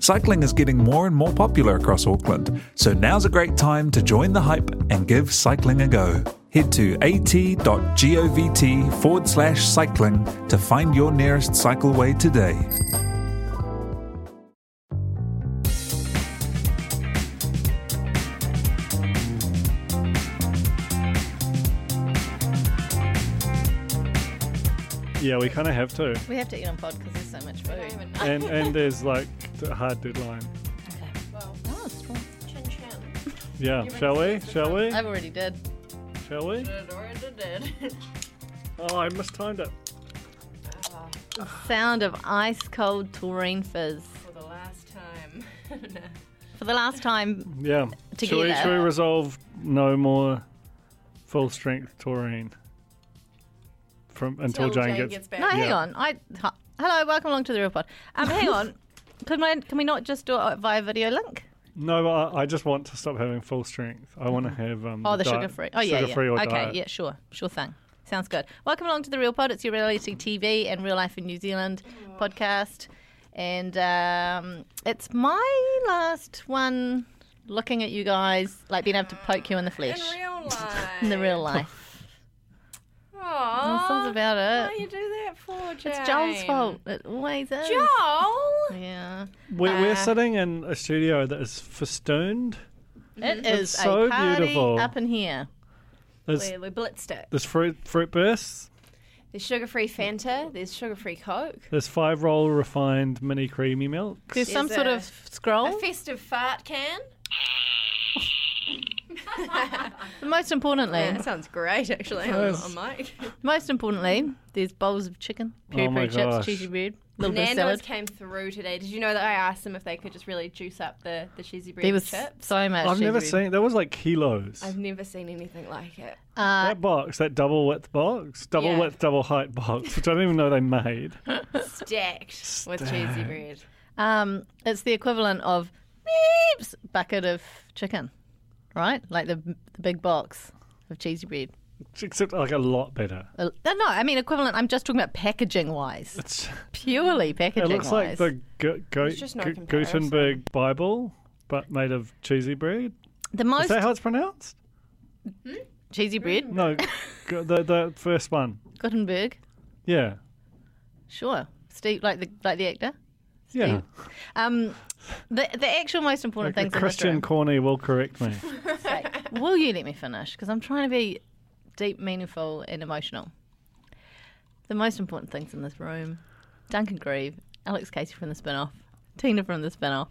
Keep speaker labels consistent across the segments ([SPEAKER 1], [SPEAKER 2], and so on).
[SPEAKER 1] Cycling is getting more and more popular across Auckland, so now's a great time to join the hype and give cycling a go. Head to at.govt forward slash cycling to find your nearest cycleway today.
[SPEAKER 2] Yeah, we kind of have to.
[SPEAKER 3] We have to eat on pod because there's so much food.
[SPEAKER 2] And and there's like a hard deadline.
[SPEAKER 3] Oh, strong.
[SPEAKER 4] Chin chin.
[SPEAKER 2] Yeah, shall we? Shall we?
[SPEAKER 3] I've already did.
[SPEAKER 2] Shall we?
[SPEAKER 4] Uh,
[SPEAKER 2] Oh, I mistimed it.
[SPEAKER 3] Sound of ice cold taurine fizz
[SPEAKER 4] For the last time.
[SPEAKER 3] for the last time.
[SPEAKER 2] Yeah. Shall we,
[SPEAKER 3] Together.
[SPEAKER 2] shall we resolve no more full strength taurine from until Jane, gets?
[SPEAKER 4] back.
[SPEAKER 3] No, oh, hang
[SPEAKER 2] Yeah.
[SPEAKER 3] on. I hi- hello, welcome along to the real pod. Um, hang on. Can I? Can we not just do it via video link?
[SPEAKER 2] No, but I, I just want to stop having full strength. I want to have um.
[SPEAKER 3] Oh, the
[SPEAKER 2] diet-
[SPEAKER 3] sugar free. Oh, yeah,
[SPEAKER 2] sugar-free
[SPEAKER 3] yeah.
[SPEAKER 2] or
[SPEAKER 3] okay,
[SPEAKER 2] diet.
[SPEAKER 3] yeah, sure, sure thing. Sounds good. Welcome along to the Real Pod. It's your reality TV and real life in New Zealand podcast, and um, it's my last one. Looking at you guys, like being able to poke you in the
[SPEAKER 4] In
[SPEAKER 3] flesh
[SPEAKER 4] real life.
[SPEAKER 3] in the real life. That sounds
[SPEAKER 4] Aww.
[SPEAKER 3] about
[SPEAKER 4] Why
[SPEAKER 3] it.
[SPEAKER 4] you do that for, Jane?
[SPEAKER 3] It's Joel's fault. Oh, It always is.
[SPEAKER 4] Joel?
[SPEAKER 3] Yeah,
[SPEAKER 2] We're, we're
[SPEAKER 4] Uh,
[SPEAKER 2] sitting in a studio that is festooned.
[SPEAKER 3] it is
[SPEAKER 2] so
[SPEAKER 3] a party
[SPEAKER 2] beautiful.
[SPEAKER 3] up in here.
[SPEAKER 2] There's
[SPEAKER 4] We, we blitzed it.
[SPEAKER 2] there's fruit fruit bursts.
[SPEAKER 4] There's sugar free Fanta, there's sugar free Coke.
[SPEAKER 2] There's five roll refined mini creamy milk.
[SPEAKER 3] There's some
[SPEAKER 4] Is
[SPEAKER 3] sort
[SPEAKER 4] a-
[SPEAKER 3] of scroll.
[SPEAKER 4] A festive fart can.
[SPEAKER 3] Most importantly,
[SPEAKER 4] Yeah, that sounds great, actually, on,
[SPEAKER 2] Yes.
[SPEAKER 4] on Mike.
[SPEAKER 3] most importantly, there's bowls of chicken, peri
[SPEAKER 2] Oh my
[SPEAKER 3] peri chips,
[SPEAKER 2] gosh.
[SPEAKER 3] cheesy bread, little bit of
[SPEAKER 4] Nando's
[SPEAKER 3] salad.
[SPEAKER 4] came through today. Did you know that I asked them if they could just really juice up the, the cheesy bread
[SPEAKER 3] There was
[SPEAKER 4] chips?
[SPEAKER 3] so much.
[SPEAKER 2] I've
[SPEAKER 3] cheesy
[SPEAKER 2] never
[SPEAKER 3] bread.
[SPEAKER 2] seen that was like kilos.
[SPEAKER 4] I've never seen anything like it.
[SPEAKER 3] Uh,
[SPEAKER 2] that box, that double width box, double
[SPEAKER 4] Yeah.
[SPEAKER 2] width, double height box, which I didn't even know they made.
[SPEAKER 4] Stacked, with cheesy bread.
[SPEAKER 3] um, it's the equivalent of beeps bucket of chicken, right? Like the the big box of cheesy bread.
[SPEAKER 2] Except like a lot better.
[SPEAKER 3] Uh, No, I mean equivalent. I'm just talking about packaging wise,
[SPEAKER 2] It's,
[SPEAKER 3] purely
[SPEAKER 2] it
[SPEAKER 3] packaging
[SPEAKER 2] looks like
[SPEAKER 3] wise.
[SPEAKER 2] the Gu- Gu-
[SPEAKER 4] There's just no
[SPEAKER 2] Gu-
[SPEAKER 4] comparison.
[SPEAKER 2] Gutenberg Bible, but made of cheesy bread.
[SPEAKER 3] the
[SPEAKER 2] Is
[SPEAKER 3] most
[SPEAKER 2] that how it's pronounced?
[SPEAKER 3] cheesy bread,
[SPEAKER 2] No, gu- the the first one.
[SPEAKER 3] Gutenberg.
[SPEAKER 2] Yeah,
[SPEAKER 3] Sure, Steve, like the like the actor.
[SPEAKER 2] yeah.
[SPEAKER 3] Um, the the actual most important
[SPEAKER 2] Like a
[SPEAKER 3] things in this
[SPEAKER 2] Christian
[SPEAKER 3] room.
[SPEAKER 2] Corney will correct me.
[SPEAKER 3] Will you let me finish? Because I'm trying to be deep, meaningful, and emotional. The most important things in this room Duncan Grieve, Alex Casey from the spin off, Tina from the spin off,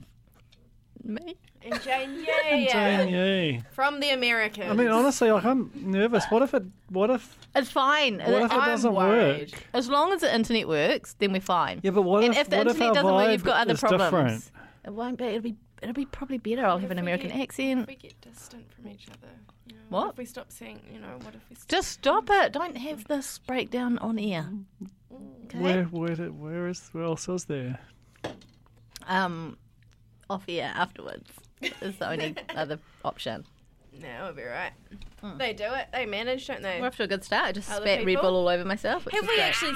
[SPEAKER 3] me.
[SPEAKER 4] And Jane, yeah, yeah.
[SPEAKER 2] Dang, yay.
[SPEAKER 4] From the Americans.
[SPEAKER 2] I mean, honestly, like I'm nervous. What if it? What if?
[SPEAKER 3] It's fine.
[SPEAKER 2] What if it
[SPEAKER 4] Uh, I'm
[SPEAKER 2] doesn't
[SPEAKER 4] worried.
[SPEAKER 2] work?
[SPEAKER 3] As long as the internet works, then we're fine.
[SPEAKER 2] Yeah, but what
[SPEAKER 3] and
[SPEAKER 2] if?
[SPEAKER 3] if, the
[SPEAKER 2] what
[SPEAKER 3] internet
[SPEAKER 2] if our
[SPEAKER 3] doesn't work, you've
[SPEAKER 2] vibe
[SPEAKER 3] got other
[SPEAKER 2] is
[SPEAKER 3] problems.
[SPEAKER 2] different?
[SPEAKER 3] It won't be. It'll be. It'll be probably better. I'll have an
[SPEAKER 4] if we
[SPEAKER 3] American
[SPEAKER 4] get-
[SPEAKER 3] accent.
[SPEAKER 4] If we get distant from each other. You know,
[SPEAKER 3] What?
[SPEAKER 4] if we stop saying, you know, what if we stop?
[SPEAKER 3] Just stop it. Don't have this breakdown on air. Okay?
[SPEAKER 2] Where, where, did- where is? Where else is there?
[SPEAKER 3] um, off air afterwards is the only other option.
[SPEAKER 4] No, it'll be right. They do it. They manage, don't they?
[SPEAKER 3] We're off to a good start. I just
[SPEAKER 4] Other
[SPEAKER 3] spat Red
[SPEAKER 4] people?
[SPEAKER 3] Bull all over myself. Which
[SPEAKER 4] Have
[SPEAKER 3] is
[SPEAKER 4] we
[SPEAKER 3] great.
[SPEAKER 4] actually?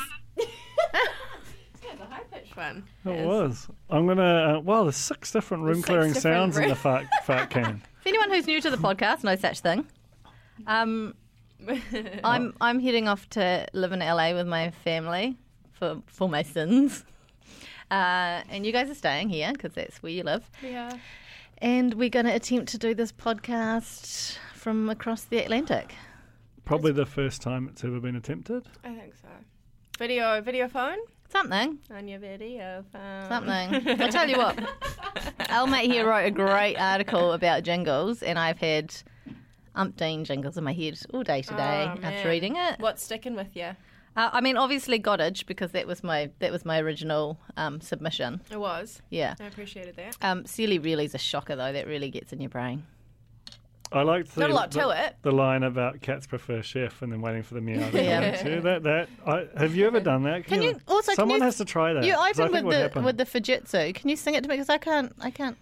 [SPEAKER 4] yeah, the high pitched one.
[SPEAKER 2] It
[SPEAKER 4] Yes.
[SPEAKER 2] was. I'm gonna. Uh, wow, there's six different room
[SPEAKER 4] six
[SPEAKER 2] clearing
[SPEAKER 4] different
[SPEAKER 2] sounds in the
[SPEAKER 4] room-
[SPEAKER 2] fart, fart can.
[SPEAKER 3] If anyone who's new to the podcast, no such thing. Um, I'm I'm heading off to live in LA with my family for for my sins. Uh, and you guys are staying here because that's where you live.
[SPEAKER 4] yeah.
[SPEAKER 3] And we're going to attempt to do this podcast from across the Atlantic.
[SPEAKER 2] Probably the first time it's ever been attempted.
[SPEAKER 4] I think so. Video, video phone.
[SPEAKER 5] Something.
[SPEAKER 4] Anya Verdi of. Um,
[SPEAKER 5] Something. I tell you what, Al mate here wrote a great article about jingles, and I've had umpteen jingles in my head all day today
[SPEAKER 4] Oh, man.
[SPEAKER 5] after reading it.
[SPEAKER 4] What's sticking with you?
[SPEAKER 5] Uh, I mean, obviously Goddage because that was my that was my original um, submission.
[SPEAKER 4] It was.
[SPEAKER 5] Yeah.
[SPEAKER 4] I appreciated that.
[SPEAKER 5] Um, Sealy really's a shocker though. That really gets in your brain.
[SPEAKER 2] I liked the,
[SPEAKER 4] Not a lot
[SPEAKER 2] the,
[SPEAKER 4] to it.
[SPEAKER 2] the line about cats prefer chef and then waiting for the meow to
[SPEAKER 5] Yeah.
[SPEAKER 2] come too. That that I, have you ever done that?
[SPEAKER 5] Can you- also, can
[SPEAKER 2] someone
[SPEAKER 5] you-
[SPEAKER 2] has to try that.
[SPEAKER 5] You
[SPEAKER 2] 'cause I
[SPEAKER 5] opened
[SPEAKER 2] think it
[SPEAKER 5] with
[SPEAKER 2] would
[SPEAKER 5] the
[SPEAKER 2] happen.
[SPEAKER 5] with the fujitsu. Can you sing it to me? Because I can't. I can't.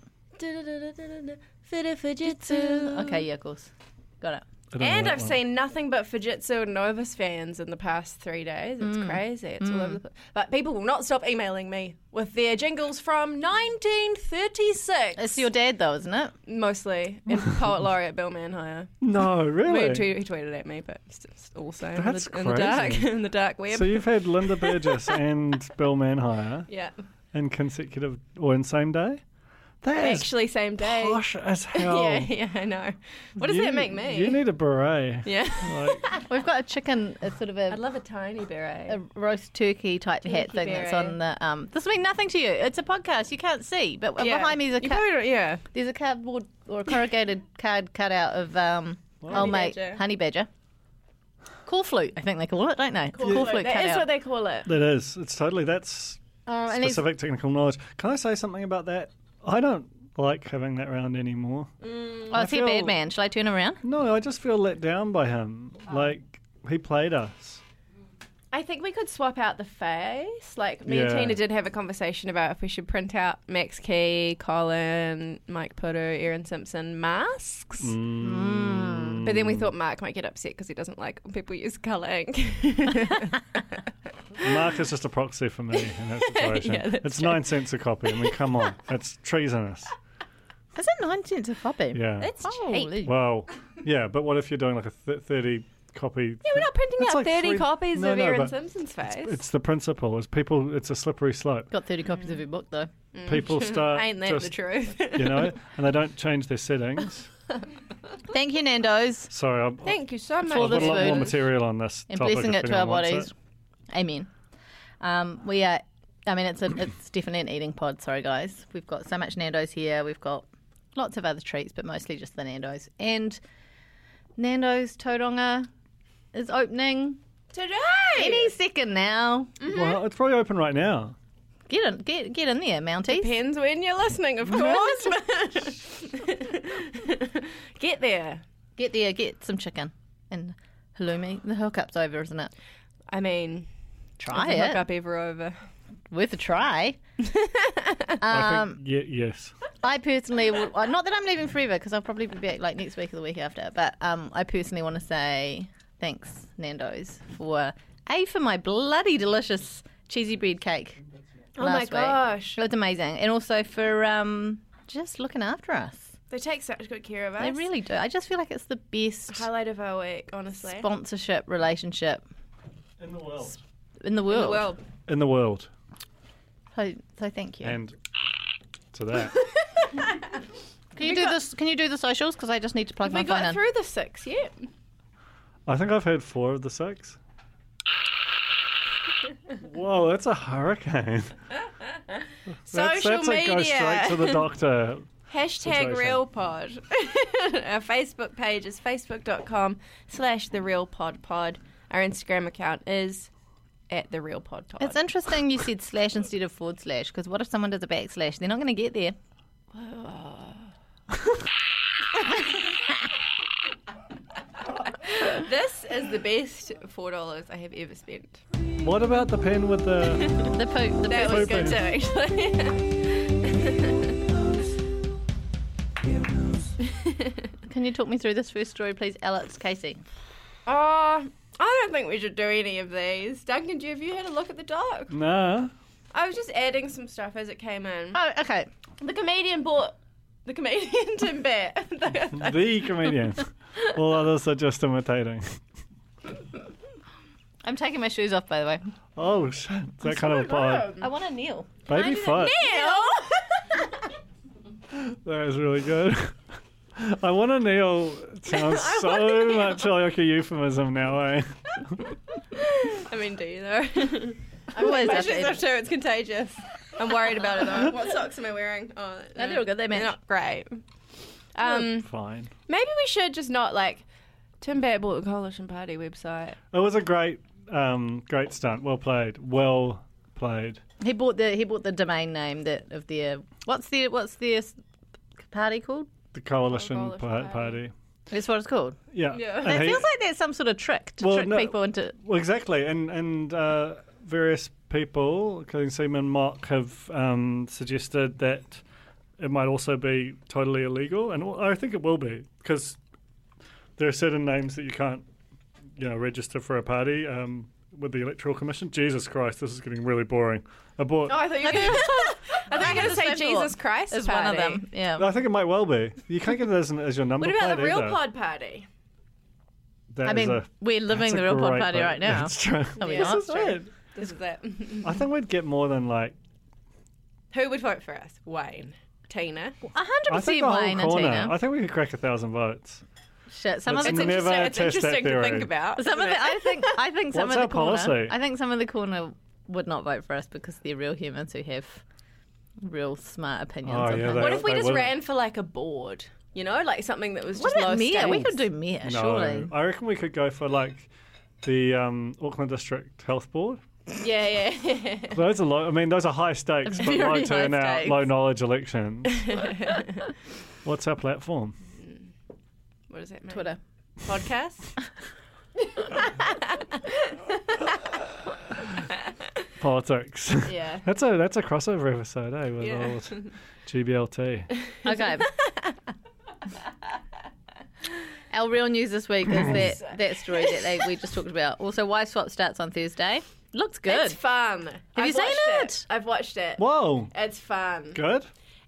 [SPEAKER 5] Okay, yeah, of course. Got it.
[SPEAKER 2] I don't know
[SPEAKER 4] And
[SPEAKER 2] that
[SPEAKER 4] I've
[SPEAKER 2] one.
[SPEAKER 4] seen nothing but Fujitsu and Novus fans in the past three days. It's
[SPEAKER 2] Mm.
[SPEAKER 4] crazy. It's all over the place. But people will not stop emailing me with their jingles from 1936.
[SPEAKER 5] It's your dad though, isn't it?
[SPEAKER 4] mostly in poet laureate Bill Manhire.
[SPEAKER 2] No,
[SPEAKER 4] Well, He,
[SPEAKER 2] really.
[SPEAKER 4] tweet, he tweeted at me, but it's just also in
[SPEAKER 2] That's
[SPEAKER 4] the, in the dark,
[SPEAKER 2] crazy.
[SPEAKER 4] in the dark web.
[SPEAKER 2] So you've had Linda Burgess and Bill Manhire
[SPEAKER 4] yeah,
[SPEAKER 2] in consecutive or in same day. That is
[SPEAKER 4] actually, same day.
[SPEAKER 2] posh as hell.
[SPEAKER 4] yeah, yeah, I know. What does
[SPEAKER 2] You-
[SPEAKER 4] that make me?
[SPEAKER 2] You need a beret.
[SPEAKER 4] yeah,
[SPEAKER 2] Like,
[SPEAKER 5] We've got a chicken, a sort of
[SPEAKER 4] I'd
[SPEAKER 5] a,
[SPEAKER 4] love a tiny beret.
[SPEAKER 5] a roast turkey type hat
[SPEAKER 4] Turkey
[SPEAKER 5] thing that's
[SPEAKER 4] beret.
[SPEAKER 5] on the. Um, this will mean nothing to you. It's a podcast. You can't see, but
[SPEAKER 4] Yeah.
[SPEAKER 5] behind me is a
[SPEAKER 4] You
[SPEAKER 5] ca-
[SPEAKER 4] probably don't- yeah.
[SPEAKER 5] there's a cardboard or a corrugated card cutout of um, old mate
[SPEAKER 4] badger.
[SPEAKER 5] honey badger. Call flute, I think they call it, don't they? Call, flute
[SPEAKER 4] That is
[SPEAKER 5] cutout.
[SPEAKER 4] what they call it.
[SPEAKER 2] that is. It's totally. That's
[SPEAKER 4] Oh,
[SPEAKER 5] Um, and it's-
[SPEAKER 2] specific technical knowledge. Can I say something about that? I don't like having that round anymore.
[SPEAKER 5] oh, is he
[SPEAKER 2] feel-
[SPEAKER 5] a bad man? Shall I turn around?
[SPEAKER 2] No, I just feel let down by him. Like he played us.
[SPEAKER 4] I think we could swap out the face. Like me and
[SPEAKER 2] Yeah.
[SPEAKER 4] Tina did have a conversation about if we should print out Max Key, Colin, Mike Putter, Aaron Simpson masks. But then we thought Mark might get upset because he doesn't like when people use colour ink.
[SPEAKER 2] Mark is just a proxy for me in that situation.
[SPEAKER 4] Yeah, that's
[SPEAKER 2] it's nine cents a copy. I mean, come on, that's treasonous.
[SPEAKER 5] Is it nine cents a copy?
[SPEAKER 2] Yeah.
[SPEAKER 4] It's cheap.
[SPEAKER 5] Holy.
[SPEAKER 2] well, yeah, but what if you're doing like a th- thirty copy?
[SPEAKER 4] Yeah, we're not printing
[SPEAKER 2] That's
[SPEAKER 4] out
[SPEAKER 2] like
[SPEAKER 4] 30
[SPEAKER 2] three-
[SPEAKER 4] copies
[SPEAKER 2] No,
[SPEAKER 4] of
[SPEAKER 2] no,
[SPEAKER 4] Aaron
[SPEAKER 2] but
[SPEAKER 4] Simpson's face.
[SPEAKER 2] It's the principle. It's people. It's a slippery slope.
[SPEAKER 5] Got 30 copies of your book, though.
[SPEAKER 2] People start
[SPEAKER 4] Mm, Ain't that the
[SPEAKER 2] just,
[SPEAKER 4] truth?
[SPEAKER 2] you know, and they don't change their settings.
[SPEAKER 5] Thank you, Nando's,
[SPEAKER 2] Sorry, I'm,
[SPEAKER 4] Thank you so much.
[SPEAKER 5] all
[SPEAKER 2] I've got a
[SPEAKER 5] this
[SPEAKER 2] lot more
[SPEAKER 5] food.
[SPEAKER 2] material on this
[SPEAKER 5] and
[SPEAKER 2] topic.
[SPEAKER 5] blessing
[SPEAKER 2] if
[SPEAKER 5] it to our
[SPEAKER 2] anyone wants
[SPEAKER 5] bodies.
[SPEAKER 2] it.
[SPEAKER 5] Amen. Um, we are, I mean, it's, a, it's definitely an eating pod. Sorry, guys. We've got so much Nando's here. We've got lots of other treats, but mostly just the Nando's. And Nando's Tauranga is opening
[SPEAKER 4] Today!
[SPEAKER 5] any second now.
[SPEAKER 2] Well, it's probably open right now.
[SPEAKER 5] Get in, get, get in there, Mounties.
[SPEAKER 4] Depends when you're listening, of course. Get there.
[SPEAKER 5] Get there, get some chicken and halloumi. The hookup's over, isn't it?
[SPEAKER 4] I mean,
[SPEAKER 5] Try
[SPEAKER 4] doesn't
[SPEAKER 5] it.
[SPEAKER 4] hook up ever over.
[SPEAKER 5] Worth a try.
[SPEAKER 2] I
[SPEAKER 5] Um,
[SPEAKER 2] think, ye- yes.
[SPEAKER 5] I personally would uh, not that I'm leaving forever because I'll probably be back like next week or the week after. But um, I personally want to say thanks, Nando's, for a for my bloody delicious cheesy bread cake.
[SPEAKER 4] Oh
[SPEAKER 5] last
[SPEAKER 4] my
[SPEAKER 5] week.
[SPEAKER 4] gosh.
[SPEAKER 5] it was amazing, and also for um, just looking after us.
[SPEAKER 4] They take such good care of us.
[SPEAKER 5] They really do. I just feel like it's the best
[SPEAKER 4] Highlight of our week, honestly.
[SPEAKER 5] sponsorship relationship
[SPEAKER 2] In the world.
[SPEAKER 5] in the world.
[SPEAKER 4] The world.
[SPEAKER 2] In the world.
[SPEAKER 5] So, so thank you.
[SPEAKER 2] And to that.
[SPEAKER 5] can you do this? Can you do the socials? Because I just need to plug my
[SPEAKER 4] We
[SPEAKER 5] phone
[SPEAKER 4] got
[SPEAKER 5] in.
[SPEAKER 4] through the six, yeah.
[SPEAKER 2] I think I've had four of the six. Whoa, that's a hurricane. that's,
[SPEAKER 4] Social
[SPEAKER 2] that's a go straight to
[SPEAKER 4] media.
[SPEAKER 2] the doctor.
[SPEAKER 4] Hashtag
[SPEAKER 2] Situation.
[SPEAKER 4] RealPod. Our Facebook page is facebook.com slash the RealPodPod. Our Instagram account is at the RealPodPod.
[SPEAKER 5] It's interesting you said slash instead of forward slash because what if someone does a backslash? They're not going to get there.
[SPEAKER 4] this is the best $4 I have ever spent.
[SPEAKER 2] What about the pen with the.
[SPEAKER 5] The poop. The
[SPEAKER 4] That
[SPEAKER 5] poop.
[SPEAKER 4] was
[SPEAKER 2] Pooping.
[SPEAKER 4] good too, actually.
[SPEAKER 5] Can you talk me through this first story, please, Alex Casey?
[SPEAKER 4] oh, I don't think we should do any of these. Duncan, do you, have you had a look at the doc?
[SPEAKER 2] Nah.
[SPEAKER 4] I was just adding some stuff as it came in.
[SPEAKER 5] Oh, okay.
[SPEAKER 4] Ah, The comedian bought the comedian Tim Bat.
[SPEAKER 2] The comedian. All others are just imitating.
[SPEAKER 5] I'm taking my shoes off, by the way.
[SPEAKER 2] Oh, shit. It's that kind of a pod.
[SPEAKER 5] I want to kneel.
[SPEAKER 2] Baby fuck. That was really good. I want to kneel sounds so much like a euphemism now, eh?
[SPEAKER 4] I mean, do you though? I'm
[SPEAKER 5] Always
[SPEAKER 4] my
[SPEAKER 5] up
[SPEAKER 4] shoes
[SPEAKER 5] in-
[SPEAKER 4] off too. It's contagious. I'm worried about it though. What socks am I wearing? Oh,
[SPEAKER 5] They look good, they
[SPEAKER 4] They're
[SPEAKER 5] match.
[SPEAKER 4] not great. Um,
[SPEAKER 2] Fine.
[SPEAKER 4] maybe we should just not like. Tim Bear bought the Coalition Party website.
[SPEAKER 2] It was a great, um, great stunt. Well played. Well played.
[SPEAKER 5] He bought the he bought the domain name that of their what's their what's their s- party called?
[SPEAKER 2] The coalition,
[SPEAKER 4] Coalition
[SPEAKER 2] pa-
[SPEAKER 4] Party.
[SPEAKER 2] party.
[SPEAKER 5] That's what it's called.
[SPEAKER 2] Yeah.
[SPEAKER 4] Yeah.
[SPEAKER 2] And
[SPEAKER 5] It
[SPEAKER 2] he-
[SPEAKER 5] feels like that's some sort of trick to
[SPEAKER 2] Well,
[SPEAKER 5] trick
[SPEAKER 2] no.
[SPEAKER 5] people into.
[SPEAKER 2] Well, exactly, and and uh, various people, including Seaman Mock, have um, suggested that it might also be totally illegal, and I think it will be because there are certain names that you can't, you know, register for a party um, with the Electoral Commission. Jesus Christ, this is getting really boring. I bought.
[SPEAKER 4] Oh, I thought you were going to. I thought you were going to say
[SPEAKER 5] Same
[SPEAKER 4] Jesus
[SPEAKER 5] thought.
[SPEAKER 4] Christ
[SPEAKER 5] is
[SPEAKER 4] party.
[SPEAKER 5] one of them. Yeah.
[SPEAKER 2] I think it might well be. You can't get it as, an, as your number
[SPEAKER 4] What about the
[SPEAKER 2] plate
[SPEAKER 4] real
[SPEAKER 2] either.
[SPEAKER 4] pod party?
[SPEAKER 2] That
[SPEAKER 5] I
[SPEAKER 2] is
[SPEAKER 5] mean,
[SPEAKER 2] a-
[SPEAKER 5] we're living
[SPEAKER 2] that's
[SPEAKER 5] the
[SPEAKER 2] a
[SPEAKER 5] real pod
[SPEAKER 2] great
[SPEAKER 5] party
[SPEAKER 2] vote.
[SPEAKER 5] right now.
[SPEAKER 2] That's true.
[SPEAKER 5] Are we
[SPEAKER 4] Yeah.
[SPEAKER 5] not?
[SPEAKER 2] This is it.
[SPEAKER 4] This is that.
[SPEAKER 2] I think we'd get more than like
[SPEAKER 4] Who would vote for us? Wayne, Tina.
[SPEAKER 5] A hundred
[SPEAKER 2] I think
[SPEAKER 5] percent
[SPEAKER 2] the whole
[SPEAKER 5] Wayne and
[SPEAKER 2] corner.
[SPEAKER 5] Tina.
[SPEAKER 2] I think we could crack a thousand votes.
[SPEAKER 5] Shit, some of
[SPEAKER 2] It's
[SPEAKER 5] the
[SPEAKER 2] never
[SPEAKER 4] interesting, it's
[SPEAKER 2] test that
[SPEAKER 4] interesting to
[SPEAKER 2] theory.
[SPEAKER 4] think about.
[SPEAKER 5] some of
[SPEAKER 4] isn't
[SPEAKER 5] the I think I think some
[SPEAKER 2] What's
[SPEAKER 5] of the
[SPEAKER 2] our
[SPEAKER 5] corner.
[SPEAKER 2] policy?
[SPEAKER 5] I think some of the corner would not vote for us because they're real humans who have real smart opinions.
[SPEAKER 2] Oh,
[SPEAKER 5] on
[SPEAKER 2] yeah,
[SPEAKER 5] things.
[SPEAKER 2] they-
[SPEAKER 4] What if we
[SPEAKER 2] they
[SPEAKER 4] just
[SPEAKER 2] wouldn't.
[SPEAKER 4] ran for like a board? You know, like something that was
[SPEAKER 5] What
[SPEAKER 4] just low
[SPEAKER 5] about Mia? We
[SPEAKER 4] stakes.
[SPEAKER 5] could do Mia,
[SPEAKER 2] No,
[SPEAKER 5] surely.
[SPEAKER 2] I reckon we could go for like the um, Auckland District Health Board.
[SPEAKER 4] Yeah, yeah.
[SPEAKER 2] Those are low. I mean, those are high stakes, but
[SPEAKER 5] Very
[SPEAKER 2] low
[SPEAKER 5] high
[SPEAKER 2] turnout,
[SPEAKER 5] stakes.
[SPEAKER 2] low knowledge elections. What's our platform?
[SPEAKER 4] what does that mean?
[SPEAKER 5] Twitter.
[SPEAKER 4] podcast.
[SPEAKER 2] Politics.
[SPEAKER 4] yeah.
[SPEAKER 2] that's a that's a crossover episode, eh? With
[SPEAKER 4] Yeah.
[SPEAKER 2] old GBLT.
[SPEAKER 5] Okay. Our real news this week is that, that story that they, we just talked about. Also, why swap starts on Thursday. Looks good.
[SPEAKER 4] It's fun. Have
[SPEAKER 5] you seen it?
[SPEAKER 4] I've watched it.
[SPEAKER 2] Whoa,
[SPEAKER 4] It's fun.
[SPEAKER 2] good.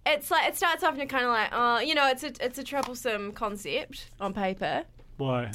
[SPEAKER 4] It's like it starts off and you're kind of like, oh, you know, it's a it's a troublesome concept on paper.
[SPEAKER 2] Why?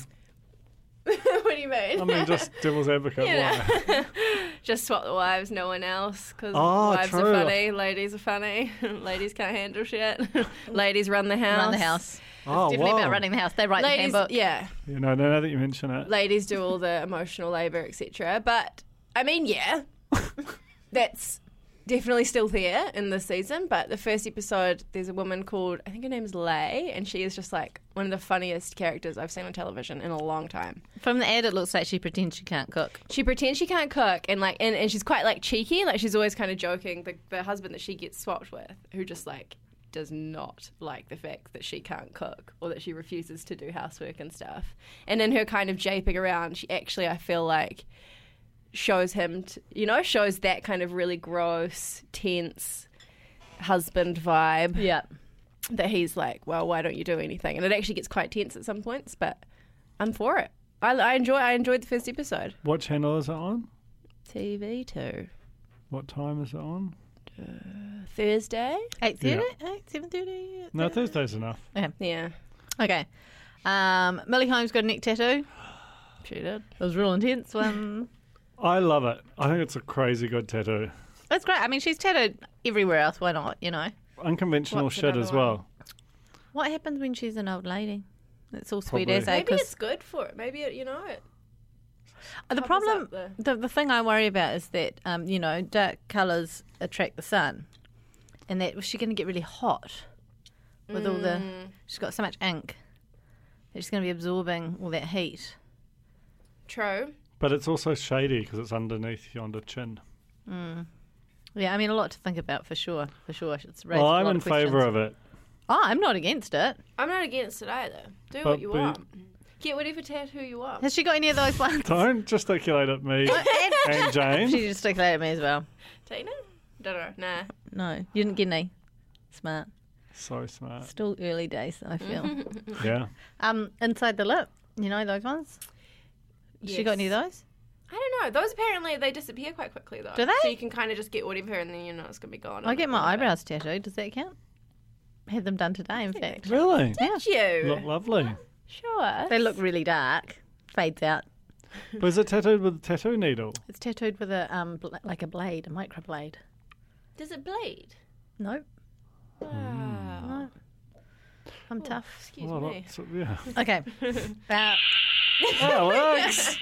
[SPEAKER 4] what do you mean?
[SPEAKER 2] I mean, just devil's advocate.
[SPEAKER 4] Yeah.
[SPEAKER 2] Why?
[SPEAKER 4] just swap the wives, no one else, because
[SPEAKER 2] Oh,
[SPEAKER 4] wives
[SPEAKER 2] true.
[SPEAKER 4] are funny, ladies are funny, ladies can't handle shit, ladies run the house,
[SPEAKER 5] Run the house.
[SPEAKER 2] Oh,
[SPEAKER 5] Definitely
[SPEAKER 2] whoa.
[SPEAKER 5] about running the house. They write
[SPEAKER 4] ladies,
[SPEAKER 5] the handbook.
[SPEAKER 4] yeah,
[SPEAKER 2] You know, now that you mention it,
[SPEAKER 4] ladies do all the emotional labor, etc. But I mean, yeah, that's definitely still there in this season. But the first episode, there's a woman called I think her name's Lay, and she is just like one of the funniest characters I've seen on television in a long time.
[SPEAKER 5] From the ad, it looks like she pretends she can't cook.
[SPEAKER 4] she pretends she can't cook and like and, and she's quite like cheeky like she's always kind of joking the, the husband that she gets swapped with who just like does not like the fact that she can't cook or that she refuses to do housework and stuff and in her kind of japing around she actually i feel like shows him t- you know shows that kind of really gross tense husband vibe
[SPEAKER 5] Yeah.
[SPEAKER 4] that he's like, well, why don't you do anything? And it actually gets quite tense at some points, but I'm for it. I, I enjoy. I enjoyed the first episode.
[SPEAKER 2] what channel is it on?
[SPEAKER 4] TV too.
[SPEAKER 2] What time is it on?
[SPEAKER 4] Thursday.
[SPEAKER 5] 8.30?
[SPEAKER 2] Yeah.
[SPEAKER 5] 7.30?
[SPEAKER 2] No, Thursday's enough.
[SPEAKER 4] Yeah,
[SPEAKER 5] Okay. Um, Millie Holmes got a neck tattoo.
[SPEAKER 4] she did.
[SPEAKER 5] It was a real intense Um, one.
[SPEAKER 2] I love it. I think it's a crazy good tattoo.
[SPEAKER 5] That's great. I mean, she's tattooed everywhere else. Why not, you know?
[SPEAKER 2] Unconventional
[SPEAKER 4] What's
[SPEAKER 2] shit
[SPEAKER 4] another
[SPEAKER 2] as
[SPEAKER 4] one?
[SPEAKER 2] well.
[SPEAKER 5] What happens when she's an old lady? It's all sweet
[SPEAKER 2] Probably.
[SPEAKER 5] as eh?
[SPEAKER 4] Maybe
[SPEAKER 5] 'Cause
[SPEAKER 4] it's good for it. Maybe it, you know it.
[SPEAKER 5] the
[SPEAKER 4] covers
[SPEAKER 5] problem,
[SPEAKER 4] up the-
[SPEAKER 5] the, the thing I worry about is that, um, you know, dark colours attract the sun. And that, was she going to get really hot with all the.
[SPEAKER 4] Mm.
[SPEAKER 5] She's got so much ink that she's going to be absorbing all that heat.
[SPEAKER 4] True.
[SPEAKER 2] But it's also shady because it's underneath yonder chin.
[SPEAKER 5] Yeah, I mean, a lot to think about for sure. For sure. It's raised
[SPEAKER 2] Well,
[SPEAKER 5] a
[SPEAKER 2] I'm
[SPEAKER 5] lot
[SPEAKER 2] in
[SPEAKER 5] of questions.
[SPEAKER 2] favour of it.
[SPEAKER 5] Oh, I'm not against it.
[SPEAKER 4] I'm not against it either. Do
[SPEAKER 2] But
[SPEAKER 4] what you
[SPEAKER 2] be-
[SPEAKER 4] want. Get whatever tattoo you want.
[SPEAKER 5] Has she got any of those ones?
[SPEAKER 2] Don't gesticulate at me and
[SPEAKER 5] she
[SPEAKER 2] Jane.
[SPEAKER 5] just stuck that at me as well.
[SPEAKER 4] Tina? Don't know. Nah.
[SPEAKER 5] No, you didn't get any. Smart.
[SPEAKER 2] So smart.
[SPEAKER 5] Still early days, I feel.
[SPEAKER 2] Yeah.
[SPEAKER 5] um, inside the lip, you know those ones. Has She got any of those?
[SPEAKER 4] I don't know. Those apparently they disappear quite quickly though.
[SPEAKER 5] Do they?
[SPEAKER 4] So you can kind of just get whatever, and then you know it's gonna be gone.
[SPEAKER 5] I get my
[SPEAKER 4] eyebrows.
[SPEAKER 5] eyebrows tattooed. Does that count? Had them done today, in fact.
[SPEAKER 2] Really?
[SPEAKER 5] Yeah,
[SPEAKER 4] You
[SPEAKER 2] Look lovely.
[SPEAKER 4] sure?
[SPEAKER 5] they look really dark. Fades out.
[SPEAKER 2] But is it tattooed with a tattoo needle?
[SPEAKER 5] It's tattooed with a um, bl- like a blade, a microblade.
[SPEAKER 4] Does it bleed?
[SPEAKER 5] Nope,
[SPEAKER 4] Wow. Oh.
[SPEAKER 5] I'm tough.
[SPEAKER 4] Excuse
[SPEAKER 2] Well,
[SPEAKER 4] me.
[SPEAKER 2] that's- yeah.
[SPEAKER 5] Okay. Uh,
[SPEAKER 2] Oh, Alex.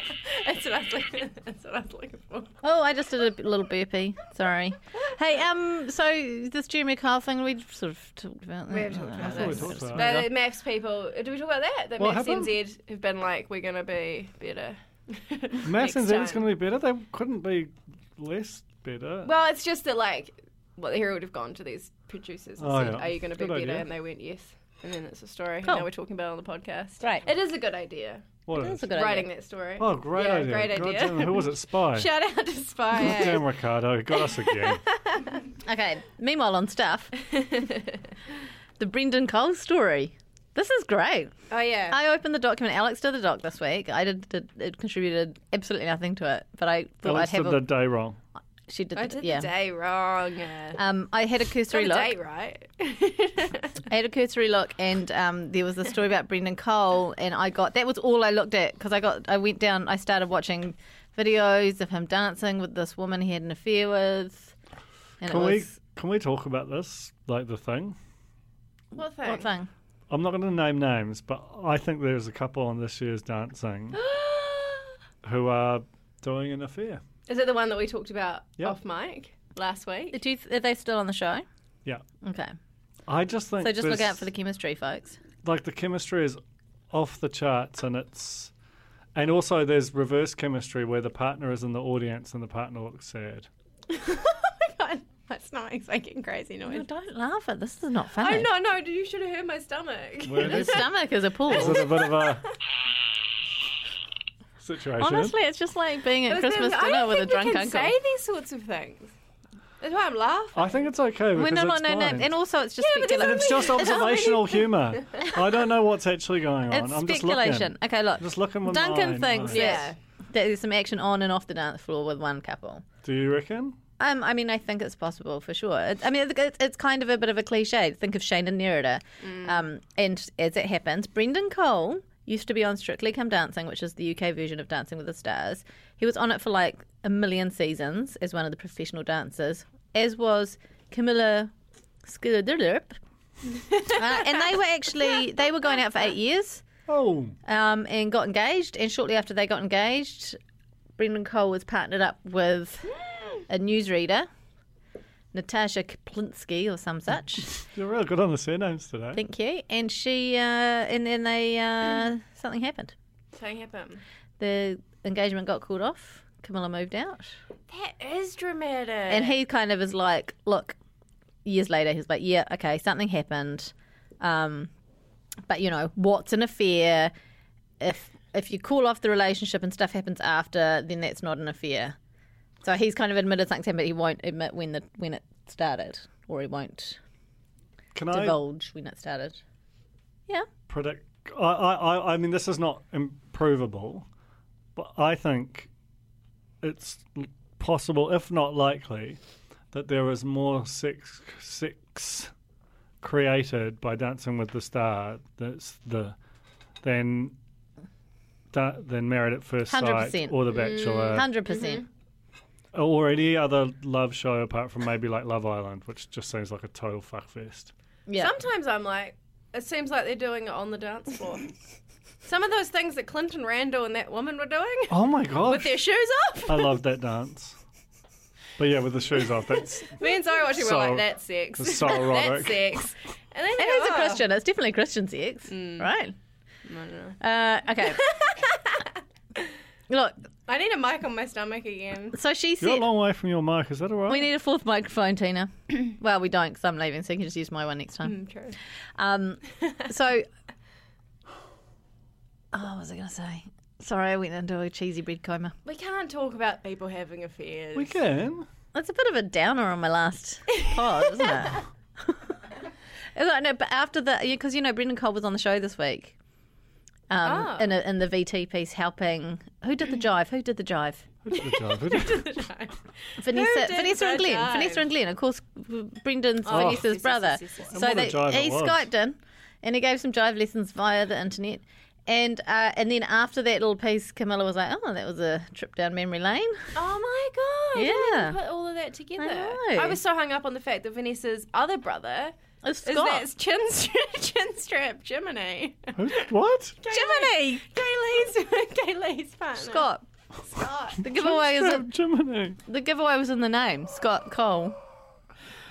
[SPEAKER 4] That's what I was looking. That's what I was looking for.
[SPEAKER 5] Oh, I just did a b- little burpee. Sorry. Hey, um, so this Jeremy Kyle thing we sort of talked about. that.
[SPEAKER 4] have talked about
[SPEAKER 5] I
[SPEAKER 2] That's
[SPEAKER 5] don't
[SPEAKER 2] what we
[SPEAKER 5] know.
[SPEAKER 2] talked about.
[SPEAKER 4] But the maths people, do we talk about that? The
[SPEAKER 2] What
[SPEAKER 4] maths
[SPEAKER 2] happened?
[SPEAKER 4] NZ have been like, we're going to be better.
[SPEAKER 2] Mass
[SPEAKER 4] next
[SPEAKER 2] and Zen's
[SPEAKER 4] time.
[SPEAKER 2] going to be better. They couldn't be less better.
[SPEAKER 4] Well, it's just that like, well, the Herald have gone to these producers and
[SPEAKER 2] Oh,
[SPEAKER 4] said,
[SPEAKER 2] yeah.
[SPEAKER 4] "Are you going to be
[SPEAKER 2] Good
[SPEAKER 4] better?"
[SPEAKER 2] idea.
[SPEAKER 4] And they went, "Yes." And then it's a story.
[SPEAKER 5] Cool.
[SPEAKER 4] Now we're talking about it on the podcast.
[SPEAKER 5] Right.
[SPEAKER 4] It is a good idea.
[SPEAKER 2] what
[SPEAKER 5] That's
[SPEAKER 2] is?
[SPEAKER 5] a good
[SPEAKER 4] Writing
[SPEAKER 5] idea.
[SPEAKER 4] that story.
[SPEAKER 2] Oh, great
[SPEAKER 4] yeah,
[SPEAKER 2] idea.
[SPEAKER 4] Great
[SPEAKER 2] God
[SPEAKER 4] idea.
[SPEAKER 2] damn it, who was it? Spy.
[SPEAKER 4] Shout out to Spy.
[SPEAKER 2] Damn, Ricardo, he got us again.
[SPEAKER 5] Okay. Meanwhile, on stuff, the Brendan Cole story. This is great.
[SPEAKER 4] oh yeah.
[SPEAKER 5] I opened the document. Alex did the doc this week. I did. did it contributed absolutely nothing to it, but I thought
[SPEAKER 2] Alex
[SPEAKER 5] I'd have.
[SPEAKER 2] did
[SPEAKER 5] a,
[SPEAKER 2] the day wrong.
[SPEAKER 5] she did.
[SPEAKER 4] I
[SPEAKER 5] the-
[SPEAKER 4] did
[SPEAKER 5] yeah.
[SPEAKER 4] the day wrong. Yeah.
[SPEAKER 5] Um, I had a
[SPEAKER 4] it's not
[SPEAKER 5] cursory
[SPEAKER 4] a
[SPEAKER 5] look.
[SPEAKER 4] date, right?
[SPEAKER 5] I had a cursory look, and um, there was a story about Brendan Cole, and I got that was all I looked at because I got I went down. I started watching videos of him dancing with this woman he had an affair with. And
[SPEAKER 2] Can
[SPEAKER 5] it
[SPEAKER 2] we
[SPEAKER 5] was
[SPEAKER 2] can we talk about this? Like the thing.
[SPEAKER 4] what thing?
[SPEAKER 5] what thing?
[SPEAKER 2] I'm not going to name names, but I think there's a couple on this year's dancing who are doing an affair.
[SPEAKER 4] Is it the one that we talked about
[SPEAKER 2] Yeah.
[SPEAKER 4] off mic last week?
[SPEAKER 5] Do you, are they still on the show?
[SPEAKER 2] Yeah.
[SPEAKER 5] Okay,
[SPEAKER 2] I just think
[SPEAKER 5] so just look
[SPEAKER 2] this-
[SPEAKER 5] out for the chemistry, folks.
[SPEAKER 2] like the chemistry is off the charts and it's and also there's reverse chemistry where the partner is in the audience and the partner looks sad.
[SPEAKER 4] That's not making crazy
[SPEAKER 5] No,
[SPEAKER 4] noise.
[SPEAKER 5] Oh, don't laugh at this. Is not funny.
[SPEAKER 4] Oh no, no! You should have heard my stomach.
[SPEAKER 2] Where
[SPEAKER 5] His
[SPEAKER 2] is
[SPEAKER 5] stomach is a pool.
[SPEAKER 2] is it a bit of a situation?
[SPEAKER 5] Honestly, it's just like being at
[SPEAKER 4] But then
[SPEAKER 5] Christmas
[SPEAKER 4] I
[SPEAKER 5] dinner
[SPEAKER 4] don't
[SPEAKER 5] with a
[SPEAKER 4] think we
[SPEAKER 5] drunk
[SPEAKER 4] can
[SPEAKER 5] uncle.
[SPEAKER 4] say these sorts of things. That's why I'm laughing.
[SPEAKER 2] I think it's okay because
[SPEAKER 5] We're not
[SPEAKER 2] it's
[SPEAKER 5] on no
[SPEAKER 2] fine.
[SPEAKER 5] names, and also it's just
[SPEAKER 4] Yeah, but there's
[SPEAKER 5] speculation.
[SPEAKER 2] it's just observational humour. I don't know what's actually going on.
[SPEAKER 5] It's
[SPEAKER 2] I'm just
[SPEAKER 5] speculation.
[SPEAKER 2] looking.
[SPEAKER 5] okay, look.
[SPEAKER 2] Just looking with
[SPEAKER 5] Duncan
[SPEAKER 2] mine,
[SPEAKER 5] thinks
[SPEAKER 2] mine.
[SPEAKER 5] that that there's some action on and off the dance floor with one couple.
[SPEAKER 2] Do you reckon?
[SPEAKER 5] Um, I mean, I think it's possible for sure. It, I mean, it's, it's- it's kind of a bit of a cliche. Think of Shane and Nerida. Um, and as it happens, Brendan Cole used to be on Strictly Come Dancing, which is the UK version of Dancing with the Stars. He was on it for like a million seasons as one of the professional dancers, as was Camilla Skilderlip. uh, and they were actually they were going out for eight years
[SPEAKER 2] Oh,
[SPEAKER 5] um, and got engaged. And shortly after they got engaged, Brendan Cole was partnered up with a newsreader, Natasha Kaplinsky or some such.
[SPEAKER 2] you're real good on the surnames today.
[SPEAKER 5] Thank you. And she, uh, and then they, uh, something happened.
[SPEAKER 2] Oh.
[SPEAKER 4] Something happened.
[SPEAKER 5] The engagement got called off. Camilla moved out,
[SPEAKER 4] That is dramatic.
[SPEAKER 5] and he kind of is like, look. Years later, he's like, yeah, okay, something happened. Um, but you know what's an affair if if you call off the relationship and stuff happens after then that's not an affair so he's kind of admitted something but he won't admit when the when it started or he won't
[SPEAKER 2] Can I
[SPEAKER 5] divulge when it started yeah
[SPEAKER 2] predict. I, I, I- I mean, this is not improvable, but I think it's l- possible, if not likely, that there is more sex, sex created by Dancing with the Star that's the than da, than Married at First Sight
[SPEAKER 5] 100%.
[SPEAKER 2] or The Bachelor
[SPEAKER 5] 100% percent
[SPEAKER 2] or any other love show apart from maybe like Love Island, which just seems like a total fuckfest.
[SPEAKER 5] yeah
[SPEAKER 4] Sometimes I'm like, it seems like they're doing it on the dance floor. Some of those things that Clinton Randall and that woman were doing
[SPEAKER 2] Oh my god!
[SPEAKER 4] with their shoes off.
[SPEAKER 2] I love that dance. But yeah, with the shoes off, that's
[SPEAKER 4] Me and Zoe watching
[SPEAKER 2] So-
[SPEAKER 4] were like, that's sex.
[SPEAKER 2] it's so
[SPEAKER 4] that's
[SPEAKER 2] erotic.
[SPEAKER 4] sex. And then
[SPEAKER 5] and he's a Christian. It's definitely Christian sex, right?
[SPEAKER 4] "Oh,
[SPEAKER 5] Uh, okay. Look,
[SPEAKER 4] I need a mic on my stomach again.
[SPEAKER 5] so she
[SPEAKER 2] You're a
[SPEAKER 5] said
[SPEAKER 2] long way from your mic. Is that all right?
[SPEAKER 5] we need a fourth microphone, Tina. well, we don't because I'm leaving, so you can just use my one next time.
[SPEAKER 4] Mm, True.
[SPEAKER 5] Um, so, oh, what was I going to say? Sorry, I went into a cheesy bread coma.
[SPEAKER 4] We can't talk about people having affairs.
[SPEAKER 2] We can.
[SPEAKER 5] That's a bit of a downer on my last pod, isn't it? It's like, no, but after the, because you know, Brendan Cole was on the show this week, um,
[SPEAKER 4] Oh.
[SPEAKER 5] in, a, in the VT piece, helping. Who did the jive? Who did the jive?
[SPEAKER 2] Who did the job? Who did-
[SPEAKER 5] Vanessa,
[SPEAKER 4] did
[SPEAKER 5] Vanessa and
[SPEAKER 4] the
[SPEAKER 5] Glenn.
[SPEAKER 4] jive?
[SPEAKER 5] Vanessa and Glenn, of course, Brendan's Vanessa's
[SPEAKER 4] yes,
[SPEAKER 5] brother.
[SPEAKER 4] yes, yes, yes, yes.
[SPEAKER 5] So
[SPEAKER 2] what a
[SPEAKER 5] they,
[SPEAKER 2] jive it
[SPEAKER 5] he
[SPEAKER 2] was.
[SPEAKER 5] skyped in, and he gave some jive lessons via the internet. And uh, and then after that little piece, Camilla was like, "Oh, that was a trip down memory lane."
[SPEAKER 4] Oh my god! I didn't
[SPEAKER 5] Yeah.
[SPEAKER 4] even put all of that together.
[SPEAKER 5] I know.
[SPEAKER 4] was so hung up on the fact that Vanessa's other brother
[SPEAKER 3] It's
[SPEAKER 4] Is
[SPEAKER 3] Scott.
[SPEAKER 4] that chin strap, chin strap Gemini?
[SPEAKER 2] Who- what?
[SPEAKER 5] Jiminy!
[SPEAKER 4] Kaylee's, Kaylee's partner.
[SPEAKER 5] Scott.
[SPEAKER 4] Scott.
[SPEAKER 5] The giveaway is in,
[SPEAKER 2] Gemini.
[SPEAKER 5] the giveaway was in the name. Scott Cole.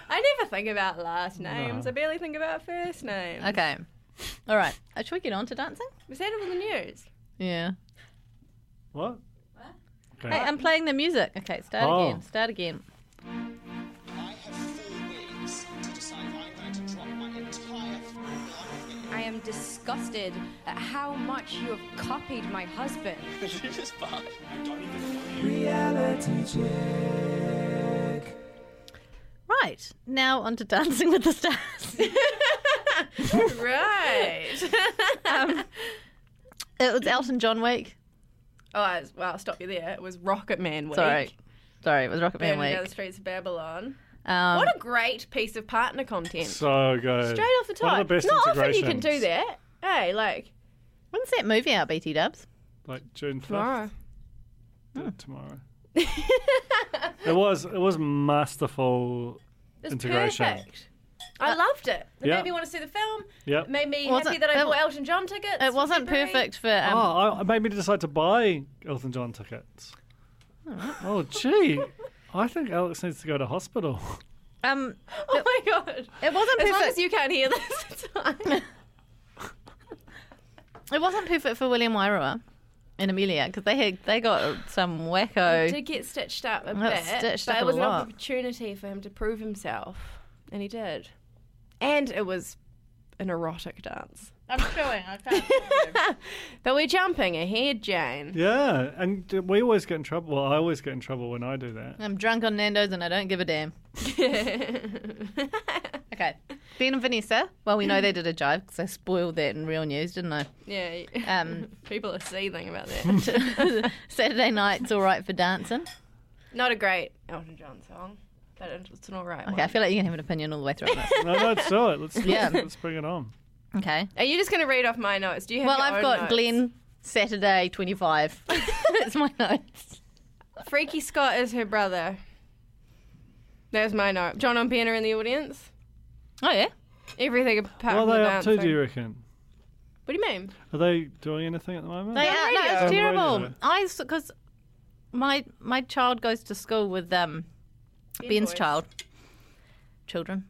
[SPEAKER 4] I never think about last names. I barely think about first names.
[SPEAKER 5] Okay. All right. Uh, should we get on to dancing?
[SPEAKER 4] Was that all the news?
[SPEAKER 5] Yeah.
[SPEAKER 2] What? Okay.
[SPEAKER 5] Hey, I'm playing the music. Okay, start
[SPEAKER 2] Oh.
[SPEAKER 5] again. Start again.
[SPEAKER 6] I have four ways to decide I'm going to drop my entire life.
[SPEAKER 7] I am disgusted at how much you have copied my husband.
[SPEAKER 6] Did you just buy? I don't even know you.
[SPEAKER 5] Right. Now on to Dancing with the Stars.
[SPEAKER 4] Right.
[SPEAKER 5] it was Elton John week.
[SPEAKER 4] oh, I was, well, I'll stop you there. It was Rocket Man week.
[SPEAKER 5] Sorry. Sorry, it was Rocket Man
[SPEAKER 4] Burning down the
[SPEAKER 5] week.
[SPEAKER 4] streets of Babylon.
[SPEAKER 5] Um,
[SPEAKER 4] What a great piece of partner content.
[SPEAKER 2] so good.
[SPEAKER 4] Straight off the top.
[SPEAKER 2] One of the best
[SPEAKER 4] Not often you can do
[SPEAKER 2] integrations.
[SPEAKER 4] that. Hey, like
[SPEAKER 5] when's that movie out, BT Dubs?
[SPEAKER 2] Like June fifth. Did Tomorrow. it was it was masterful.
[SPEAKER 4] It's
[SPEAKER 2] Integration.
[SPEAKER 4] perfect.
[SPEAKER 5] Uh,
[SPEAKER 4] I loved it. It
[SPEAKER 2] Yeah.
[SPEAKER 4] made me want to see the film.
[SPEAKER 2] Yep.
[SPEAKER 4] It made me
[SPEAKER 5] Was
[SPEAKER 4] happy
[SPEAKER 5] it-
[SPEAKER 4] that I
[SPEAKER 5] it-
[SPEAKER 4] bought Elton John tickets.
[SPEAKER 5] It wasn't
[SPEAKER 4] February.
[SPEAKER 5] perfect for. Um,
[SPEAKER 2] Oh, I, it made me decide to buy Elton John tickets. Oh, gee. I think Alex needs to go to hospital.
[SPEAKER 5] um,
[SPEAKER 4] Oh my god.
[SPEAKER 5] it wasn't
[SPEAKER 4] As long
[SPEAKER 5] perfect.
[SPEAKER 4] as you can't hear this, it's fine.
[SPEAKER 5] It wasn't perfect for William Wairua and Amelia because they had they got some wacko.
[SPEAKER 4] Did get stitched up a
[SPEAKER 5] Oh. Got
[SPEAKER 4] bit,
[SPEAKER 5] stitched
[SPEAKER 4] but
[SPEAKER 5] up
[SPEAKER 4] it
[SPEAKER 5] a
[SPEAKER 4] was an
[SPEAKER 5] lot.
[SPEAKER 4] opportunity for him to prove himself, and he did. And it was an erotic dance.
[SPEAKER 5] I'm chewing. I can't.
[SPEAKER 4] But we're jumping ahead, Jane.
[SPEAKER 2] Yeah, and d- we always get in trouble. Well, I always get in trouble when I do that.
[SPEAKER 5] I'm drunk on Nando's and I don't give a damn. Okay. Ben and Vanessa. Well, we know they did a jive because I spoiled that in real news, didn't I?
[SPEAKER 4] yeah,
[SPEAKER 5] Um,
[SPEAKER 4] people are seething about that.
[SPEAKER 5] Saturday night's all right for dancing.
[SPEAKER 4] Not a great Elton John song, but it's an alright
[SPEAKER 5] Okay, I
[SPEAKER 4] one.
[SPEAKER 5] feel like you can have an opinion all the way through on this.
[SPEAKER 2] No, let's do it. Let's,
[SPEAKER 5] Yeah.
[SPEAKER 2] let's, let's bring it on.
[SPEAKER 5] Okay.
[SPEAKER 4] Are you just going to read off my notes? Do you have
[SPEAKER 5] Well,
[SPEAKER 4] your
[SPEAKER 5] I've
[SPEAKER 4] own
[SPEAKER 5] got
[SPEAKER 4] notes?
[SPEAKER 5] Glenn Saturday 25. That's my notes.
[SPEAKER 4] Freaky Scott is her brother. There's my note. John and Ben are in the audience.
[SPEAKER 5] Oh, yeah.
[SPEAKER 4] Everything apart
[SPEAKER 2] What
[SPEAKER 4] from
[SPEAKER 2] are
[SPEAKER 4] the
[SPEAKER 2] they up to,
[SPEAKER 4] dancing.
[SPEAKER 2] do you reckon?
[SPEAKER 4] What do you mean?
[SPEAKER 2] Are they doing anything at the moment?
[SPEAKER 5] They are, no,
[SPEAKER 4] radio.
[SPEAKER 5] it's
[SPEAKER 2] On
[SPEAKER 5] terrible.
[SPEAKER 2] radio.
[SPEAKER 5] I, because my, my child goes to school with um, Ben's
[SPEAKER 4] boys.
[SPEAKER 5] child, children.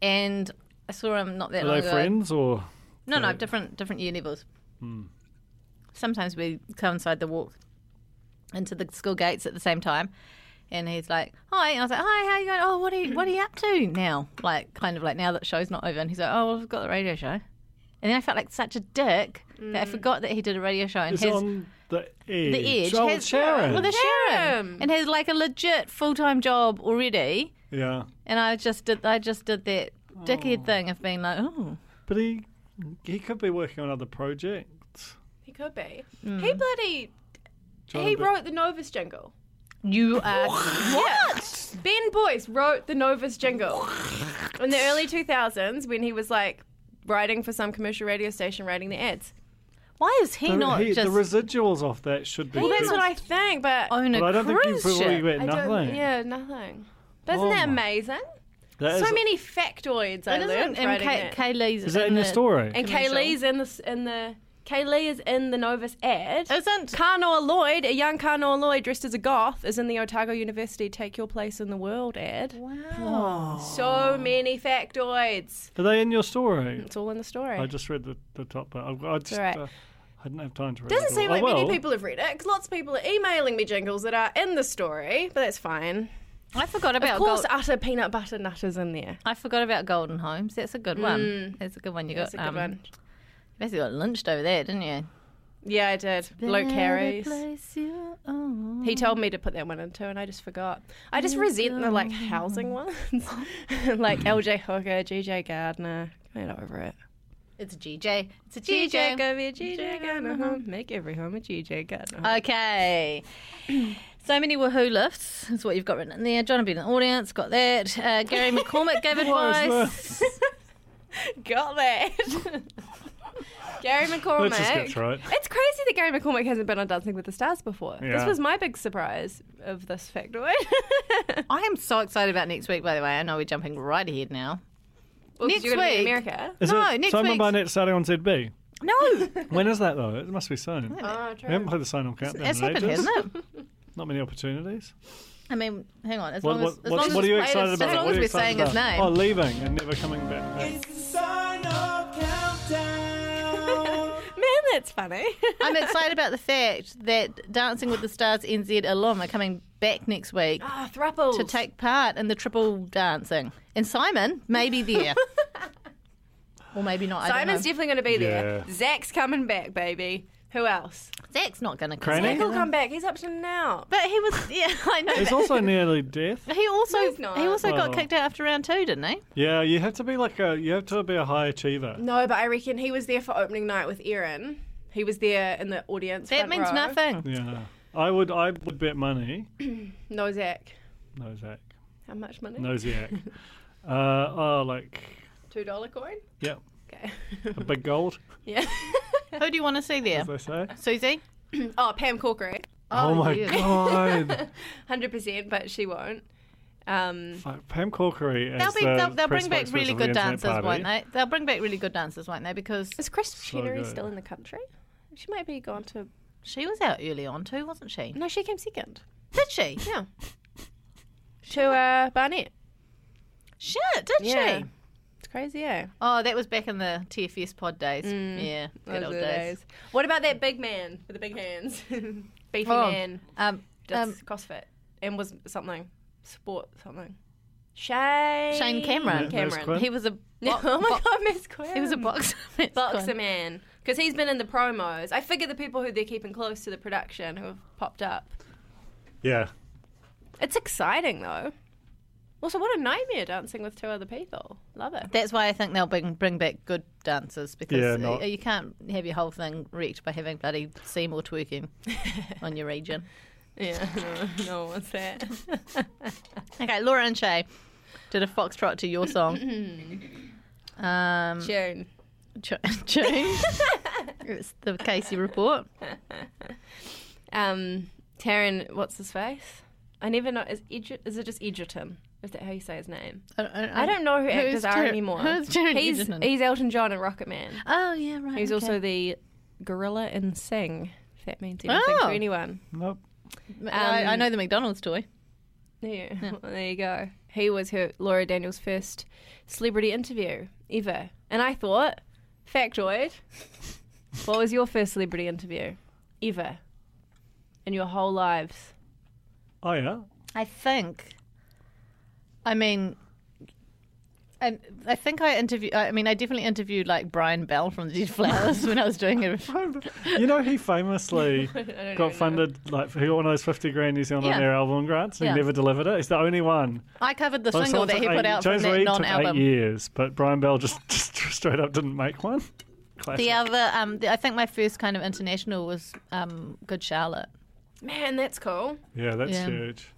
[SPEAKER 5] And I saw him not that
[SPEAKER 2] Are
[SPEAKER 5] long
[SPEAKER 2] they
[SPEAKER 5] ago.
[SPEAKER 2] friends or?
[SPEAKER 5] No, no,
[SPEAKER 2] Right.
[SPEAKER 5] different different year levels. Sometimes we coincide the walk into the school gates at the same time, and he's like, "Hi," and I was like, "Hi, how you going? Oh, what are you what are you up to now? Like, kind of like now that the show's not over." And he's like, "Oh, well, I've got the radio show," and then I felt like such a dick that I forgot that he did a radio show and
[SPEAKER 2] Is it
[SPEAKER 5] has
[SPEAKER 2] on the edge?
[SPEAKER 5] the edge
[SPEAKER 2] Oh,
[SPEAKER 5] has
[SPEAKER 2] Sharon.
[SPEAKER 5] Well, the Sharon,
[SPEAKER 4] Sharon.
[SPEAKER 5] and has like a legit full time job already.
[SPEAKER 2] yeah,
[SPEAKER 5] And I just did I just did that dickhead thing of being like, "Oh."
[SPEAKER 2] but he he could be working on other projects.
[SPEAKER 4] He could be.
[SPEAKER 5] Hmm.
[SPEAKER 4] He bloody.
[SPEAKER 2] John
[SPEAKER 4] he
[SPEAKER 2] and Ben-
[SPEAKER 4] wrote the Novus jingle.
[SPEAKER 5] You are
[SPEAKER 4] What? Ben Boyce wrote the Novus jingle in the early 2000s when he was like writing for some commercial radio station, writing the ads.
[SPEAKER 5] Why is he
[SPEAKER 2] The-
[SPEAKER 5] not
[SPEAKER 2] he-
[SPEAKER 5] just
[SPEAKER 2] the residuals off that should be.
[SPEAKER 4] Well, that's
[SPEAKER 2] kept.
[SPEAKER 4] what I think, but
[SPEAKER 5] own a
[SPEAKER 2] But I don't think you
[SPEAKER 5] cruise
[SPEAKER 2] probably
[SPEAKER 5] ship?
[SPEAKER 2] get
[SPEAKER 4] I don't-
[SPEAKER 2] nothing.
[SPEAKER 4] Yeah, nothing. But isn't
[SPEAKER 2] Oh
[SPEAKER 4] that
[SPEAKER 2] my-
[SPEAKER 4] amazing?
[SPEAKER 2] That
[SPEAKER 4] so
[SPEAKER 2] is-
[SPEAKER 4] many factoids I
[SPEAKER 5] That
[SPEAKER 4] learned
[SPEAKER 5] isn't, and
[SPEAKER 4] writing
[SPEAKER 5] Kay,
[SPEAKER 4] that.
[SPEAKER 5] Kaylee's
[SPEAKER 2] Is that in your
[SPEAKER 5] the-
[SPEAKER 2] story?
[SPEAKER 4] and
[SPEAKER 5] commercial.
[SPEAKER 4] Kaylee's in the s- in the Kaylee is in the Novus ad.
[SPEAKER 5] Isn't
[SPEAKER 4] Kanoa Lloyd, a young Kanoa Lloyd dressed as a goth, is in the Otago University Take Your Place in the World ad. Wow. So many factoids.
[SPEAKER 2] Are they in your story?
[SPEAKER 4] It's all in the story.
[SPEAKER 2] I just read the, the top part. I, I just
[SPEAKER 4] all right.
[SPEAKER 2] uh, I didn't have time to read.
[SPEAKER 4] Doesn't
[SPEAKER 2] it all. Oh,
[SPEAKER 4] seem
[SPEAKER 2] I
[SPEAKER 4] like many
[SPEAKER 2] will.
[SPEAKER 4] people have read it, 'cause lots of people are emailing me jingles that are in the story, but that's fine.
[SPEAKER 5] I forgot about
[SPEAKER 4] Of course,
[SPEAKER 5] Gold-
[SPEAKER 4] utter peanut butter nutters in there.
[SPEAKER 5] I forgot about Golden Homes. That's a good one. That's a good one. You got
[SPEAKER 4] Hmm. That's a good
[SPEAKER 5] um,
[SPEAKER 4] one.
[SPEAKER 5] You basically got lynched over there, didn't you?
[SPEAKER 4] Yeah, I did. Low carries.
[SPEAKER 5] Place you own.
[SPEAKER 4] He told me to put that one in too, and I just forgot. I just resent the like housing ones, like LJ Hooker, GJ Gardner. Get over it.
[SPEAKER 5] It's a GJ. It's a
[SPEAKER 4] GJ,
[SPEAKER 5] GJ.
[SPEAKER 4] go be a GJ Gardner Uh, home. Make every home a GJ Gardner. home.
[SPEAKER 5] Okay. So many woohoo lifts is what you've got written in there. John and Ben in the audience got that. Uh, Gary McCormick gave advice.
[SPEAKER 4] Got that. Gary McCormick.
[SPEAKER 2] Let's just get through it.
[SPEAKER 4] It's crazy that Gary McCormick hasn't been on Dancing with the Stars before. This
[SPEAKER 2] Yeah.
[SPEAKER 4] was my big surprise of this factoid.
[SPEAKER 5] I am so excited about next week. By the way, I know we're jumping right ahead now.
[SPEAKER 4] Well, 'cause
[SPEAKER 5] Next
[SPEAKER 4] you're gonna be in
[SPEAKER 5] week.
[SPEAKER 4] America.
[SPEAKER 2] Is
[SPEAKER 5] No,
[SPEAKER 2] it
[SPEAKER 5] next
[SPEAKER 2] Simon
[SPEAKER 5] week's-
[SPEAKER 2] Barnett starting on ZB?
[SPEAKER 5] No,
[SPEAKER 2] When is that though? It must be soon.
[SPEAKER 4] Oh,
[SPEAKER 2] We haven't played the sign on countdown
[SPEAKER 5] it's
[SPEAKER 2] in
[SPEAKER 5] happened,
[SPEAKER 2] ages.
[SPEAKER 5] hasn't it?
[SPEAKER 2] Not many opportunities.
[SPEAKER 5] I mean, hang on. As
[SPEAKER 2] What,
[SPEAKER 5] long as,
[SPEAKER 2] what,
[SPEAKER 5] as,
[SPEAKER 2] what,
[SPEAKER 5] long as
[SPEAKER 2] what are you
[SPEAKER 5] it's played
[SPEAKER 2] excited
[SPEAKER 5] as-
[SPEAKER 2] about?
[SPEAKER 5] As long
[SPEAKER 2] What
[SPEAKER 5] as
[SPEAKER 2] are you
[SPEAKER 5] we're saying
[SPEAKER 2] excited
[SPEAKER 5] his
[SPEAKER 2] about?
[SPEAKER 5] name.
[SPEAKER 2] Oh, leaving and never coming back.
[SPEAKER 4] Man, that's funny.
[SPEAKER 5] I'm excited about the fact that Dancing with the Stars NZ alum are coming back next week
[SPEAKER 4] Ah, thruples.
[SPEAKER 2] Oh.
[SPEAKER 5] to take part in the triple dancing, and Simon may be there, or maybe not. I
[SPEAKER 4] Simon's
[SPEAKER 5] don't know.
[SPEAKER 4] definitely going to be there.
[SPEAKER 2] Yeah.
[SPEAKER 4] Zach's coming back, baby. Who else?
[SPEAKER 5] Zach's not going to come.
[SPEAKER 2] Craney?
[SPEAKER 4] Zach will come back. He's up to now.
[SPEAKER 5] But he was, yeah, I know.
[SPEAKER 2] He's
[SPEAKER 5] but-
[SPEAKER 2] also nearly death.
[SPEAKER 5] he also
[SPEAKER 4] No, he's not.
[SPEAKER 5] he also
[SPEAKER 2] Oh.
[SPEAKER 5] got kicked out after round two, didn't he?
[SPEAKER 2] Yeah, you have to be like a you have to be a high achiever.
[SPEAKER 4] No, but I reckon he was there for opening night with Erin. He was there in the audience.
[SPEAKER 5] That
[SPEAKER 4] front
[SPEAKER 5] means
[SPEAKER 4] row.
[SPEAKER 5] nothing.
[SPEAKER 2] Yeah. I would I would bet money.
[SPEAKER 4] No Zach.
[SPEAKER 2] No Zach.
[SPEAKER 4] How much money?
[SPEAKER 2] No Zach. uh oh like
[SPEAKER 4] Two dollar coin.
[SPEAKER 2] yeah.
[SPEAKER 4] Okay.
[SPEAKER 2] A big gold,
[SPEAKER 4] yeah.
[SPEAKER 5] Who do you want to see there?
[SPEAKER 2] as they say.
[SPEAKER 5] Susie.
[SPEAKER 4] oh, Pam Corcoran.
[SPEAKER 2] Oh, my
[SPEAKER 5] yeah.
[SPEAKER 2] god.
[SPEAKER 4] Hundred percent, but she won't. Um,
[SPEAKER 2] Like, Pam Corkery
[SPEAKER 5] They'll,
[SPEAKER 2] as
[SPEAKER 5] be,
[SPEAKER 2] the
[SPEAKER 5] they'll, they'll
[SPEAKER 2] press
[SPEAKER 5] bring back
[SPEAKER 2] spokesperson
[SPEAKER 5] really
[SPEAKER 2] of the
[SPEAKER 5] good
[SPEAKER 2] Internet
[SPEAKER 5] dancers,
[SPEAKER 2] Party.
[SPEAKER 5] won't they? They'll bring back really good dancers, won't they? Because
[SPEAKER 4] is Chris Chinnery
[SPEAKER 2] good.
[SPEAKER 4] still in the country? She might be gone to.
[SPEAKER 5] she was out early on too, wasn't she?
[SPEAKER 4] No, she came second.
[SPEAKER 5] Did she?
[SPEAKER 4] Yeah. To uh, Barnett.
[SPEAKER 5] Shit, did
[SPEAKER 4] Yeah.
[SPEAKER 5] she?
[SPEAKER 4] It's crazy, eh?
[SPEAKER 5] Oh, that was back in the TFS pod days. yeah,
[SPEAKER 4] Mm.
[SPEAKER 5] good
[SPEAKER 4] Those
[SPEAKER 5] old
[SPEAKER 4] are the
[SPEAKER 5] days.
[SPEAKER 4] days. What about that big man with the big hands? Beefy
[SPEAKER 5] Oh,
[SPEAKER 4] man.
[SPEAKER 5] Um,
[SPEAKER 4] Does
[SPEAKER 5] um,
[SPEAKER 4] CrossFit. And was something. Sport something. Shane.
[SPEAKER 5] Shane Cameron.
[SPEAKER 2] Yeah, Miss Quinn.
[SPEAKER 5] he was a
[SPEAKER 4] No,
[SPEAKER 5] bo-
[SPEAKER 4] oh my
[SPEAKER 5] bo-
[SPEAKER 4] god, Miss Quinn.
[SPEAKER 5] he was a boxer.
[SPEAKER 4] boxer man. Because he's been in the promos. I figure the people who they're keeping close to the production who have popped up.
[SPEAKER 2] Yeah.
[SPEAKER 4] It's exciting though. Also, what a nightmare dancing with two other people. Love it.
[SPEAKER 5] That's why I think they'll bring bring back good dancers because
[SPEAKER 2] Yeah,
[SPEAKER 5] y-
[SPEAKER 2] not-
[SPEAKER 5] you can't have your whole thing wrecked by having bloody Seymour twerking on your region.
[SPEAKER 4] Yeah, no, no one wants that.
[SPEAKER 5] Okay, Laura and Shay did a foxtrot to your song.
[SPEAKER 4] Mm-hmm.
[SPEAKER 5] um,
[SPEAKER 4] June.
[SPEAKER 5] Ju- June. it's the Casey report.
[SPEAKER 4] Um, Taryn, what's his face? I never know. Is, Edg- is it just Edgerton? Is that how you say his name?
[SPEAKER 5] I don't,
[SPEAKER 4] I don't know who actors
[SPEAKER 5] Who's
[SPEAKER 4] are
[SPEAKER 5] Tar-
[SPEAKER 4] anymore.
[SPEAKER 5] who's Taryn
[SPEAKER 4] he's,
[SPEAKER 5] Edgerton?
[SPEAKER 4] He's Elton John and Rocket Man.
[SPEAKER 5] Oh yeah, right.
[SPEAKER 4] He's
[SPEAKER 5] okay.
[SPEAKER 4] also the gorilla in Sing, if that means anything
[SPEAKER 5] Oh.
[SPEAKER 4] to anyone.
[SPEAKER 2] Nope.
[SPEAKER 5] M- I, I
[SPEAKER 4] um,
[SPEAKER 5] know the McDonald's toy.
[SPEAKER 4] Yeah, well, there you go. He was her Laura Daniels' first celebrity interview ever. And I thought, factoid, what was your first celebrity interview ever in your whole lives?
[SPEAKER 2] Oh yeah.
[SPEAKER 5] I think. I mean, I, I think I interviewed. I mean, I definitely interviewed like Brian Bell from the Dead Flowers when I was doing it.
[SPEAKER 2] You know, he famously got funded, like, he got one of those 50 grand New Zealand
[SPEAKER 5] Yeah.
[SPEAKER 2] on Air album grants and
[SPEAKER 5] Yeah.
[SPEAKER 2] he never delivered it. He's the only one.
[SPEAKER 5] I covered the
[SPEAKER 2] Like,
[SPEAKER 5] single
[SPEAKER 2] someone
[SPEAKER 5] that
[SPEAKER 2] took
[SPEAKER 5] he
[SPEAKER 2] eight-
[SPEAKER 5] put out from
[SPEAKER 2] James
[SPEAKER 5] that
[SPEAKER 2] Reid took
[SPEAKER 5] non-album.
[SPEAKER 2] eight years, but Brian Bell just, just straight up didn't make one. Classic.
[SPEAKER 5] The other, um, the, I think my first kind of international was um, Good Charlotte.
[SPEAKER 4] Man, that's cool.
[SPEAKER 2] yeah, that's
[SPEAKER 5] Yeah.
[SPEAKER 2] huge.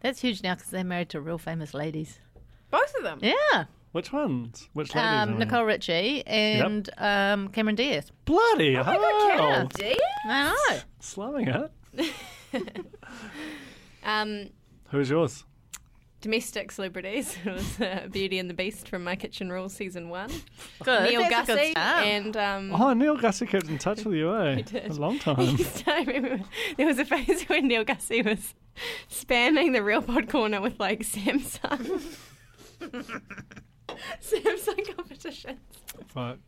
[SPEAKER 5] That's huge now because they're married to real famous ladies.
[SPEAKER 4] Both of them.
[SPEAKER 5] Yeah,
[SPEAKER 2] Which ones? Which ladies? I
[SPEAKER 5] um,
[SPEAKER 2] mean?
[SPEAKER 5] Nicole Richie and um, Cameron Diaz.
[SPEAKER 2] Bloody hell.
[SPEAKER 4] Oh, dear.
[SPEAKER 5] I know.
[SPEAKER 2] Slumming it.
[SPEAKER 4] Um,
[SPEAKER 2] Who's yours?
[SPEAKER 4] domestic celebrities. It was uh, Beauty and the Beast from My Kitchen Rules season one.
[SPEAKER 5] Good.
[SPEAKER 4] Neil
[SPEAKER 5] Oh, That's a good
[SPEAKER 4] Gussie
[SPEAKER 5] start.
[SPEAKER 4] and um,
[SPEAKER 2] Oh, Neil Gussie kept in touch with you, eh? A long time.
[SPEAKER 4] I remember there was a phase when Neil Gussie was spamming the real pod corner with like Samsung. Samsung competitions.
[SPEAKER 2] Fuck.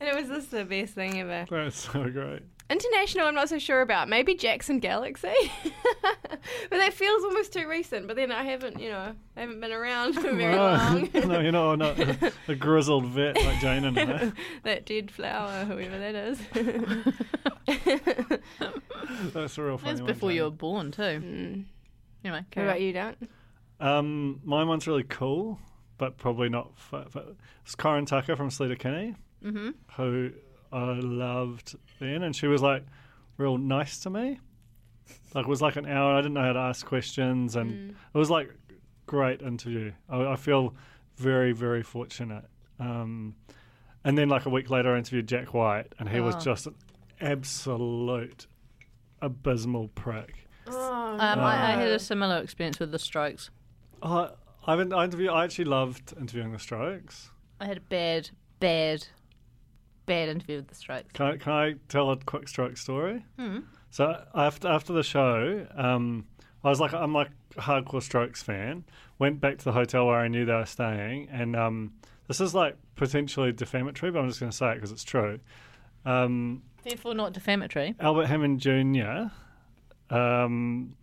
[SPEAKER 4] And it was just the best thing ever.
[SPEAKER 2] That's so great.
[SPEAKER 4] International, I'm not so sure about. Maybe Jackson Galaxy. but that feels almost too recent. But then I haven't, you know, I haven't been around for very long.
[SPEAKER 2] no, you know, not a, a grizzled vet like Jane and I.
[SPEAKER 4] that dead flower, whoever that is.
[SPEAKER 2] That's a real funny
[SPEAKER 5] That's
[SPEAKER 2] one,
[SPEAKER 5] before
[SPEAKER 2] Jane.
[SPEAKER 5] you were born too.
[SPEAKER 4] Mm.
[SPEAKER 5] Anyway,
[SPEAKER 4] What
[SPEAKER 5] carry on.
[SPEAKER 4] about you, Dan?
[SPEAKER 2] Um, mine one's really cool, but probably not. F- f- it's Corin Tucker from Sleater Kinney, mm-hmm. who I loved then, and she was like real nice to me. Like it was like an hour. I didn't know how to ask questions, and it was like great interview. I, I feel very very fortunate. Um, and then like a week later, I interviewed Jack White, and he was just an absolute abysmal prick.
[SPEAKER 5] Um, I, I had a similar experience with the Strokes.
[SPEAKER 2] Uh, I've, I interview. I actually loved interviewing the Strokes.
[SPEAKER 5] I had a bad, bad, bad interview with the Strokes.
[SPEAKER 2] Can I, can I tell a quick stroke story? So after after the show, um, I was like, I'm like a hardcore Strokes fan. Went back to the hotel where I knew they were staying, and um, this is like potentially defamatory, but I'm just going to say it because it's true. Um,
[SPEAKER 5] Therefore, not defamatory.
[SPEAKER 2] Albert Hammond Jr. Um,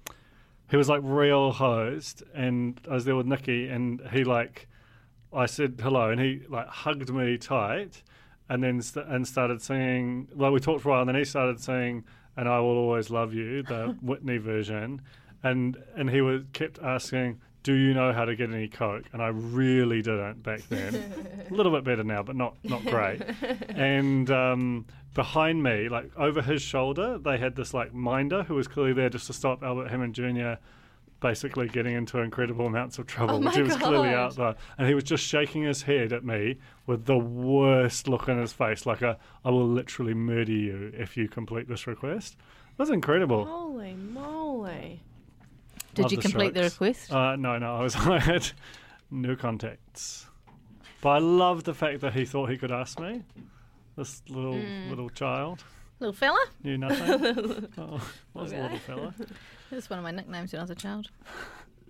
[SPEAKER 2] he was like real hosed, and I was there with Nikki, and he like, I said hello, and he like hugged me tight, and then st- and started singing. Like we talked for a while, and then he started singing, "And I will always love you," the Whitney version, and and he was kept asking. Do you know how to get any coke? And I really didn't back then. a little bit better now, but not not great and um, behind me, like over his shoulder, they had this like minder who was clearly there just to stop Albert Hammond Jr. basically getting into incredible amounts of trouble, which he was clearly
[SPEAKER 4] God.
[SPEAKER 2] out there. And he was just shaking his head at me with the worst look on his face, like a, "I will literally murder you if you complete this request." It was incredible.
[SPEAKER 4] Holy moly.
[SPEAKER 5] Did
[SPEAKER 2] Love
[SPEAKER 5] you
[SPEAKER 2] the
[SPEAKER 5] complete the
[SPEAKER 2] Strokes.
[SPEAKER 5] request?
[SPEAKER 2] Uh, no, no, I was I had no contacts. But I love the fact that he thought he could ask me. This little little child
[SPEAKER 5] Little fella.
[SPEAKER 2] knew nothing. oh, was a little fella,
[SPEAKER 5] That's one of my nicknames when I was a child.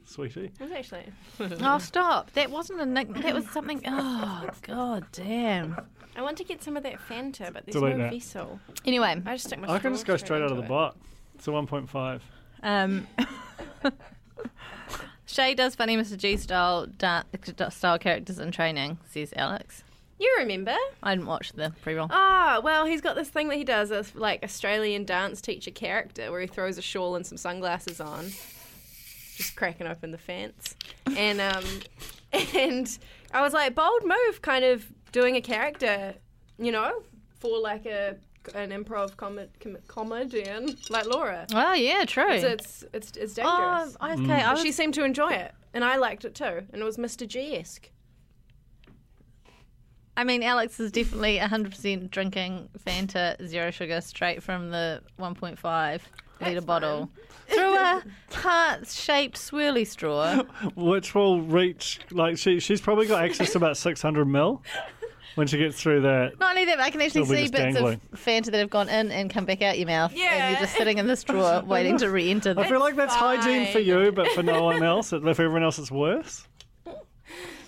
[SPEAKER 2] sweetie.
[SPEAKER 4] It was actually.
[SPEAKER 5] oh, stop! That wasn't a nickname. That was something. Oh, god damn.
[SPEAKER 4] I want to get some of that Fanta, but there's
[SPEAKER 2] Delete
[SPEAKER 4] no
[SPEAKER 2] that.
[SPEAKER 4] vessel.
[SPEAKER 5] Anyway,
[SPEAKER 4] I just stick my
[SPEAKER 2] I can
[SPEAKER 4] straw
[SPEAKER 2] just go straight out of the
[SPEAKER 4] into it.
[SPEAKER 2] box. It's a 1.5.
[SPEAKER 5] Um, Shay does funny Mr. G style da- style characters in training, says Alex.
[SPEAKER 4] You remember?
[SPEAKER 5] I didn't watch the pre-roll.
[SPEAKER 4] Ah, well, he's got this thing that he does, this like Australian dance teacher character, where he throws a shawl and some sunglasses on, just cracking open the fence, and um, and I was like, bold move, kind of doing a character, you know, for like a an improv com- com- comedian like Laura.
[SPEAKER 5] Oh yeah, true.
[SPEAKER 4] So it's it's it's
[SPEAKER 5] oh,
[SPEAKER 4] dangerous.
[SPEAKER 5] okay. I was,
[SPEAKER 4] She seemed to enjoy it, and I liked it too, and it was Mr. G esque.
[SPEAKER 5] I mean, Alex is definitely 100% drinking Fanta zero sugar straight from the 1.5 liter bottle through a heart-shaped swirly straw.
[SPEAKER 2] Which will reach, like, she, she's probably got access to about 600 mil when she gets through that.
[SPEAKER 5] Not only that, but I can actually
[SPEAKER 2] Still be
[SPEAKER 5] see
[SPEAKER 2] just
[SPEAKER 5] bits
[SPEAKER 2] dangling.
[SPEAKER 5] of Fanta that have gone in and come back out your mouth. And
[SPEAKER 4] Yeah.
[SPEAKER 5] you're just sitting in the straw waiting to re-enter.
[SPEAKER 2] I
[SPEAKER 5] The-
[SPEAKER 2] feel like that's hygiene for you, but for no one else. For everyone else, it's worse.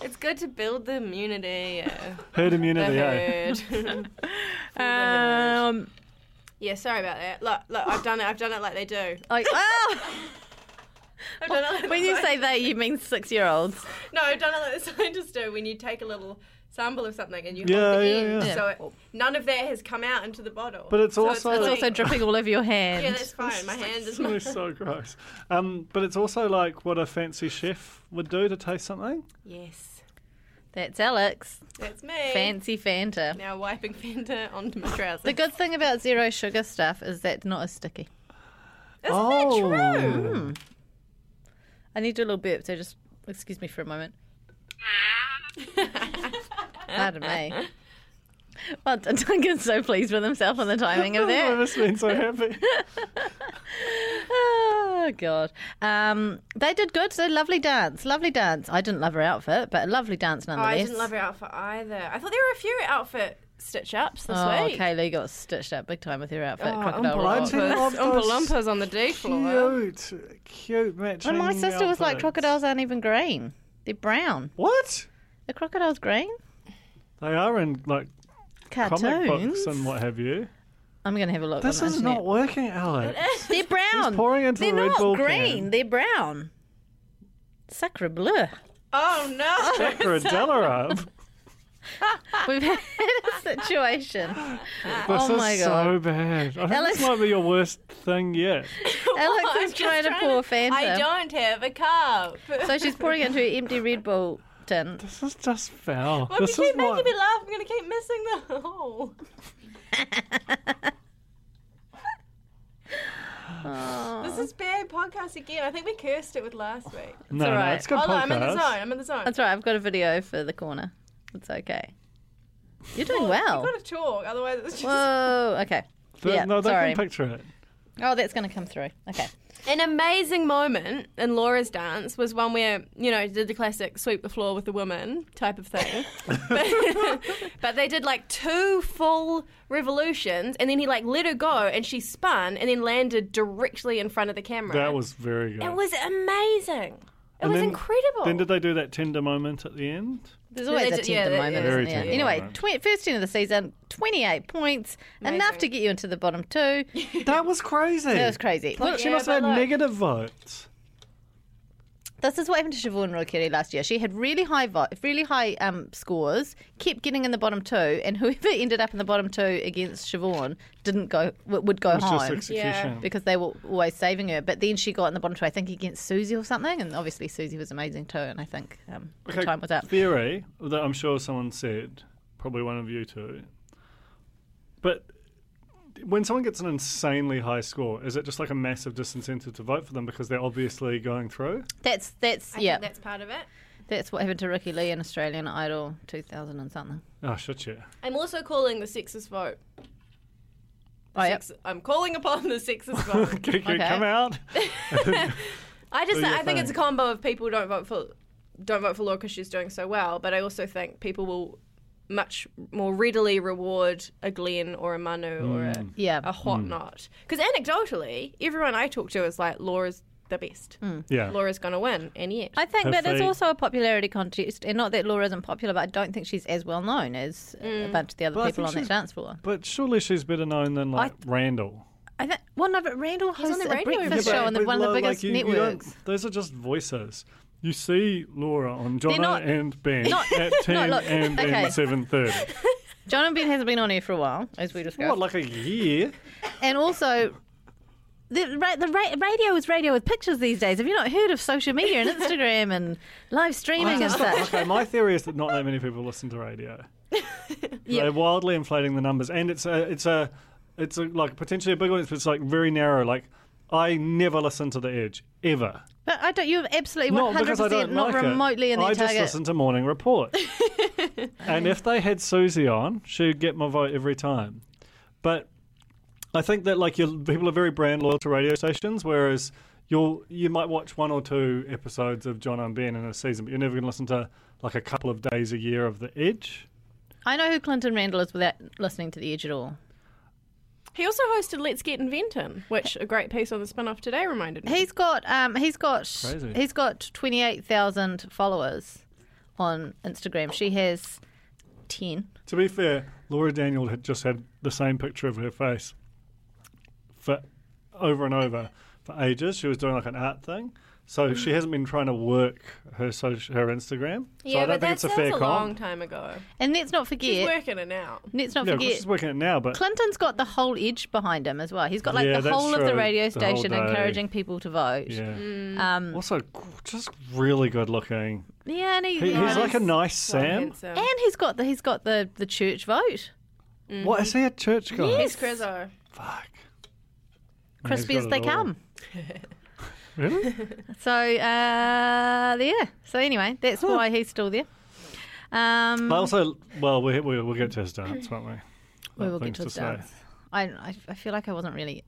[SPEAKER 4] It's good to build the immunity. Yeah.
[SPEAKER 2] Herd immunity, eh?
[SPEAKER 5] um,
[SPEAKER 4] Yeah, sorry about that. Look, look, I've done it. I've done it like they do.
[SPEAKER 5] like, oh!
[SPEAKER 4] I've done it like the
[SPEAKER 5] When you
[SPEAKER 4] sci-
[SPEAKER 5] say they, you mean six year olds.
[SPEAKER 4] no, I've done it like the scientists do. When you take a little sample of something and you
[SPEAKER 2] Yeah,
[SPEAKER 4] hold the
[SPEAKER 2] yeah,
[SPEAKER 4] end,
[SPEAKER 2] yeah.
[SPEAKER 4] so it, none of that has come out into the bottle.
[SPEAKER 2] But it's
[SPEAKER 4] So
[SPEAKER 2] also-
[SPEAKER 4] like-
[SPEAKER 5] It's also dripping all over your
[SPEAKER 4] yeah,
[SPEAKER 5] hand.
[SPEAKER 4] that's fine. My hand is.
[SPEAKER 2] It's so gross. Um, but it's also like what a fancy chef would do to taste something.
[SPEAKER 4] Yes,
[SPEAKER 5] that's Alex.
[SPEAKER 4] that's me.
[SPEAKER 5] Fancy Fanta.
[SPEAKER 4] Now wiping Fanta onto my trousers.
[SPEAKER 5] The good thing about zero sugar stuff is that it's not as sticky.
[SPEAKER 4] Isn't
[SPEAKER 2] oh.
[SPEAKER 4] that true?
[SPEAKER 5] I need to do a little burp, so just excuse me for a moment. Pardon me. Well, Duncan's so pleased with himself on the timing of
[SPEAKER 2] I
[SPEAKER 5] that.
[SPEAKER 2] must have been so happy.
[SPEAKER 5] Oh God! Um, they did good. So lovely dance, lovely dance. I didn't love her outfit, but a lovely dance
[SPEAKER 4] Oh,
[SPEAKER 5] nonetheless.
[SPEAKER 4] I didn't love her outfit either. I thought there were a few outfit stitch ups this
[SPEAKER 5] Oh,
[SPEAKER 4] week.
[SPEAKER 5] Kaylee got stitched up big time with her outfit.
[SPEAKER 4] Oh,
[SPEAKER 5] Crocodile
[SPEAKER 4] Oompa
[SPEAKER 5] rock.
[SPEAKER 2] Lumpas. Lots of
[SPEAKER 4] Oompa
[SPEAKER 2] those
[SPEAKER 4] Loompas on the D floor.
[SPEAKER 2] Cute, cute matching.
[SPEAKER 5] And my sister was like,
[SPEAKER 2] outfits.
[SPEAKER 5] crocodiles aren't even green. They're brown.
[SPEAKER 2] What?
[SPEAKER 5] The crocodile's green?
[SPEAKER 2] They are in like comic
[SPEAKER 5] Cartoons.
[SPEAKER 2] books and what have you.
[SPEAKER 5] I'm going to have a look.
[SPEAKER 2] This
[SPEAKER 5] on
[SPEAKER 2] is
[SPEAKER 5] internet.
[SPEAKER 2] not working, Alex.
[SPEAKER 5] They're brown.
[SPEAKER 2] pouring into
[SPEAKER 5] They're
[SPEAKER 2] the Red
[SPEAKER 5] not
[SPEAKER 2] Bull
[SPEAKER 5] green.
[SPEAKER 2] can.
[SPEAKER 5] They're brown. Sacre bleu.
[SPEAKER 4] Oh no!
[SPEAKER 2] Sacradella up.
[SPEAKER 5] We've had a situation.
[SPEAKER 2] This
[SPEAKER 5] Oh
[SPEAKER 2] is
[SPEAKER 5] my
[SPEAKER 2] so bad. I think
[SPEAKER 5] Alex-
[SPEAKER 2] this might be your worst thing yet.
[SPEAKER 5] Alex
[SPEAKER 4] I'm
[SPEAKER 5] is
[SPEAKER 4] just
[SPEAKER 5] trying to pour Fanta.
[SPEAKER 4] I don't have a cup.
[SPEAKER 5] So she's pouring into her empty Red Bull tin.
[SPEAKER 2] This is just foul.
[SPEAKER 4] Well,
[SPEAKER 2] this
[SPEAKER 4] if you
[SPEAKER 2] is
[SPEAKER 4] keep
[SPEAKER 2] what.
[SPEAKER 4] making me laugh, I'm going to keep missing the hole. This is bad podcast again. I think we cursed it with last week.
[SPEAKER 2] No, no,
[SPEAKER 5] alright.
[SPEAKER 2] it's good
[SPEAKER 4] oh, no,
[SPEAKER 2] podcast.
[SPEAKER 4] I'm in the zone. I'm in the zone.
[SPEAKER 5] That's right. I've got a video for the corner. It's okay. You're doing well.
[SPEAKER 2] Oh,
[SPEAKER 4] I've got to talk, otherwise it's just.
[SPEAKER 5] Whoa. Okay.
[SPEAKER 2] They-
[SPEAKER 5] Yeah,
[SPEAKER 2] no, they
[SPEAKER 5] sorry.
[SPEAKER 2] can picture it.
[SPEAKER 5] Oh, that's going to come through. Okay.
[SPEAKER 4] An amazing moment in Laura's dance was one where, you know, did the classic sweep the floor with the woman type of thing. but, but they did like two full revolutions and then he like let her go and she spun and then landed directly in front of the camera.
[SPEAKER 2] That was very good.
[SPEAKER 4] It was amazing. It
[SPEAKER 2] And
[SPEAKER 4] was
[SPEAKER 2] then-
[SPEAKER 4] incredible.
[SPEAKER 2] Then did they do that tender moment at the end?
[SPEAKER 5] There's
[SPEAKER 4] Yeah,
[SPEAKER 5] always
[SPEAKER 4] they
[SPEAKER 5] a
[SPEAKER 4] did-
[SPEAKER 5] tender
[SPEAKER 4] yeah, they-
[SPEAKER 5] moment,
[SPEAKER 4] yeah.
[SPEAKER 2] Very
[SPEAKER 5] isn't there?
[SPEAKER 2] tender
[SPEAKER 5] Anyway,
[SPEAKER 2] moment.
[SPEAKER 5] tw- first ten of the season, 28 points, enough
[SPEAKER 4] Amazing.
[SPEAKER 5] to get you into the bottom two.
[SPEAKER 2] That was crazy.
[SPEAKER 5] That was crazy. Well,
[SPEAKER 2] She
[SPEAKER 4] Yeah,
[SPEAKER 2] must have had
[SPEAKER 4] but look.
[SPEAKER 2] negative votes.
[SPEAKER 5] This is what happened to Siobhan Rokiri last year. She had really high vo- really high um, scores, kept getting in the bottom two, and whoever ended up in the bottom two against Siobhan didn't go w- would go
[SPEAKER 2] It was just
[SPEAKER 5] home
[SPEAKER 2] execution.
[SPEAKER 5] because they were always saving her. But then she got in the bottom two, I think, against Susie or something, and obviously Susie was amazing too. And I think um, the time was up.
[SPEAKER 2] Theory that I'm sure someone said, probably one of you two. But when someone gets an insanely high score, is it just like a massive disincentive to vote for them because they're obviously going through?
[SPEAKER 5] That's that's
[SPEAKER 4] I
[SPEAKER 5] yeah,
[SPEAKER 4] think that's part of it.
[SPEAKER 5] that's what happened to Ricky Lee in Australian Idol 2000 and something.
[SPEAKER 2] Oh shit, yeah.
[SPEAKER 4] I'm also calling the sexist vote. The
[SPEAKER 5] Oh, yep.
[SPEAKER 4] sex- I'm calling upon the sexist vote.
[SPEAKER 2] Can you
[SPEAKER 5] Okay.
[SPEAKER 2] come out?
[SPEAKER 4] I just
[SPEAKER 2] Do your
[SPEAKER 4] I think it's a
[SPEAKER 2] thing.
[SPEAKER 4] combo of people who don't vote for don't vote for Laura because she's doing so well, but I also think people will much more readily reward a Glenn or a Manu or
[SPEAKER 2] Mm.
[SPEAKER 4] a,
[SPEAKER 5] Yeah.
[SPEAKER 4] a whatnot. Because anecdotally, everyone I talk to is like Laura's the best.
[SPEAKER 2] Yeah.
[SPEAKER 4] Laura's gonna win, and yet
[SPEAKER 5] Mm. I think
[SPEAKER 2] Have
[SPEAKER 5] that it's
[SPEAKER 2] they-
[SPEAKER 5] also a popularity contest, and not that Laura isn't popular, but I don't think she's as well known as a bunch of the other
[SPEAKER 2] But I
[SPEAKER 5] people
[SPEAKER 2] think
[SPEAKER 5] on that
[SPEAKER 2] she's-
[SPEAKER 5] dance floor.
[SPEAKER 2] But surely she's better known than like Randall.
[SPEAKER 5] I think. Well, no, but Randall
[SPEAKER 4] on
[SPEAKER 5] hosts
[SPEAKER 4] the
[SPEAKER 5] a
[SPEAKER 4] radio
[SPEAKER 5] breakfast
[SPEAKER 4] every
[SPEAKER 5] show
[SPEAKER 4] day.
[SPEAKER 5] on the,
[SPEAKER 2] But
[SPEAKER 5] one of the
[SPEAKER 2] like,
[SPEAKER 5] biggest
[SPEAKER 2] you- you don't-
[SPEAKER 5] networks.
[SPEAKER 2] those are just voices. You see Laura on John
[SPEAKER 5] not-
[SPEAKER 2] and Ben
[SPEAKER 5] not-
[SPEAKER 2] at ten
[SPEAKER 5] look,
[SPEAKER 2] and
[SPEAKER 5] okay.
[SPEAKER 2] then seven thirty.
[SPEAKER 5] John and Ben hasn't been on here for a while, as we discussed.
[SPEAKER 2] What, like a year?
[SPEAKER 5] and also, the, ra- the ra- radio is radio with pictures these days. Have you not heard of social media and Instagram and live streaming and such?
[SPEAKER 2] okay, my theory is that not that many people listen to radio. They're wildly inflating the numbers, and it's a, it's a, it's a like potentially a big audience, but it's like very narrow. Like I never listen to the Edge ever.
[SPEAKER 5] But I don't. You're absolutely
[SPEAKER 2] Not
[SPEAKER 5] 100
[SPEAKER 2] because I don't
[SPEAKER 5] percent not
[SPEAKER 2] like it.
[SPEAKER 5] remotely in their
[SPEAKER 2] I just
[SPEAKER 5] target.
[SPEAKER 2] listen to Morning Report, and if they had Susie on, she'd get my vote every time. But I think that like your people are very brand loyal to radio stations, whereas you'll you might watch one or two episodes of John and Ben in a season, but you're never going to listen to like a couple of days a year of the Edge.
[SPEAKER 5] I know who Clinton Randall is without listening to the edge at all.
[SPEAKER 4] he also hosted Let's Get Inventin, which a great piece on the spin off today reminded me.
[SPEAKER 5] He's got um, he's got
[SPEAKER 2] Crazy.
[SPEAKER 5] he's got twenty eight thousand followers on Instagram. She has ten.
[SPEAKER 2] To be fair, Laura Daniel had just had the same picture of her face for over and over for ages. She was doing like an art thing.
[SPEAKER 5] Mm-hmm.
[SPEAKER 2] So she hasn't been trying to work her social, her Instagram. so I
[SPEAKER 4] yeah,
[SPEAKER 2] don't think
[SPEAKER 4] but
[SPEAKER 2] it's
[SPEAKER 4] that's,
[SPEAKER 2] a
[SPEAKER 4] that's
[SPEAKER 2] fair
[SPEAKER 4] a
[SPEAKER 2] comp.
[SPEAKER 4] long time ago.
[SPEAKER 5] And let's not
[SPEAKER 4] He's
[SPEAKER 5] forget.
[SPEAKER 4] working it out.
[SPEAKER 5] Let's not
[SPEAKER 2] yeah, of course
[SPEAKER 5] forget.
[SPEAKER 2] she's working it now, but
[SPEAKER 5] Clinton's got the whole edge behind him as well. He's got like
[SPEAKER 2] Yeah,
[SPEAKER 5] the
[SPEAKER 2] that's
[SPEAKER 5] whole of the
[SPEAKER 2] true.
[SPEAKER 5] radio
[SPEAKER 2] The whole
[SPEAKER 5] station
[SPEAKER 2] day.
[SPEAKER 5] encouraging people to vote.
[SPEAKER 2] yeah.
[SPEAKER 5] Um,
[SPEAKER 2] Also, g- just really good looking.
[SPEAKER 5] yeah, and he,
[SPEAKER 2] He,
[SPEAKER 5] yeah,
[SPEAKER 2] he's like a nice
[SPEAKER 4] So
[SPEAKER 2] Sam.
[SPEAKER 4] handsome.
[SPEAKER 5] and he's got the he's got the the church vote.
[SPEAKER 2] What
[SPEAKER 5] Mm-hmm.
[SPEAKER 2] is he a church guy?
[SPEAKER 4] He's Crizzo.
[SPEAKER 2] Fuck. No, he's
[SPEAKER 5] Crispy
[SPEAKER 2] got
[SPEAKER 5] as
[SPEAKER 2] it
[SPEAKER 5] they
[SPEAKER 2] all.
[SPEAKER 5] come.
[SPEAKER 2] Really?
[SPEAKER 5] So uh, yeah. So anyway, that's why he's still there. Um,
[SPEAKER 2] But also, well, we, we, we'll get to his dance, won't we?
[SPEAKER 5] We
[SPEAKER 2] Lot
[SPEAKER 5] will get
[SPEAKER 2] things
[SPEAKER 5] to the
[SPEAKER 2] say.
[SPEAKER 5] dance. I, I, I feel like I wasn't really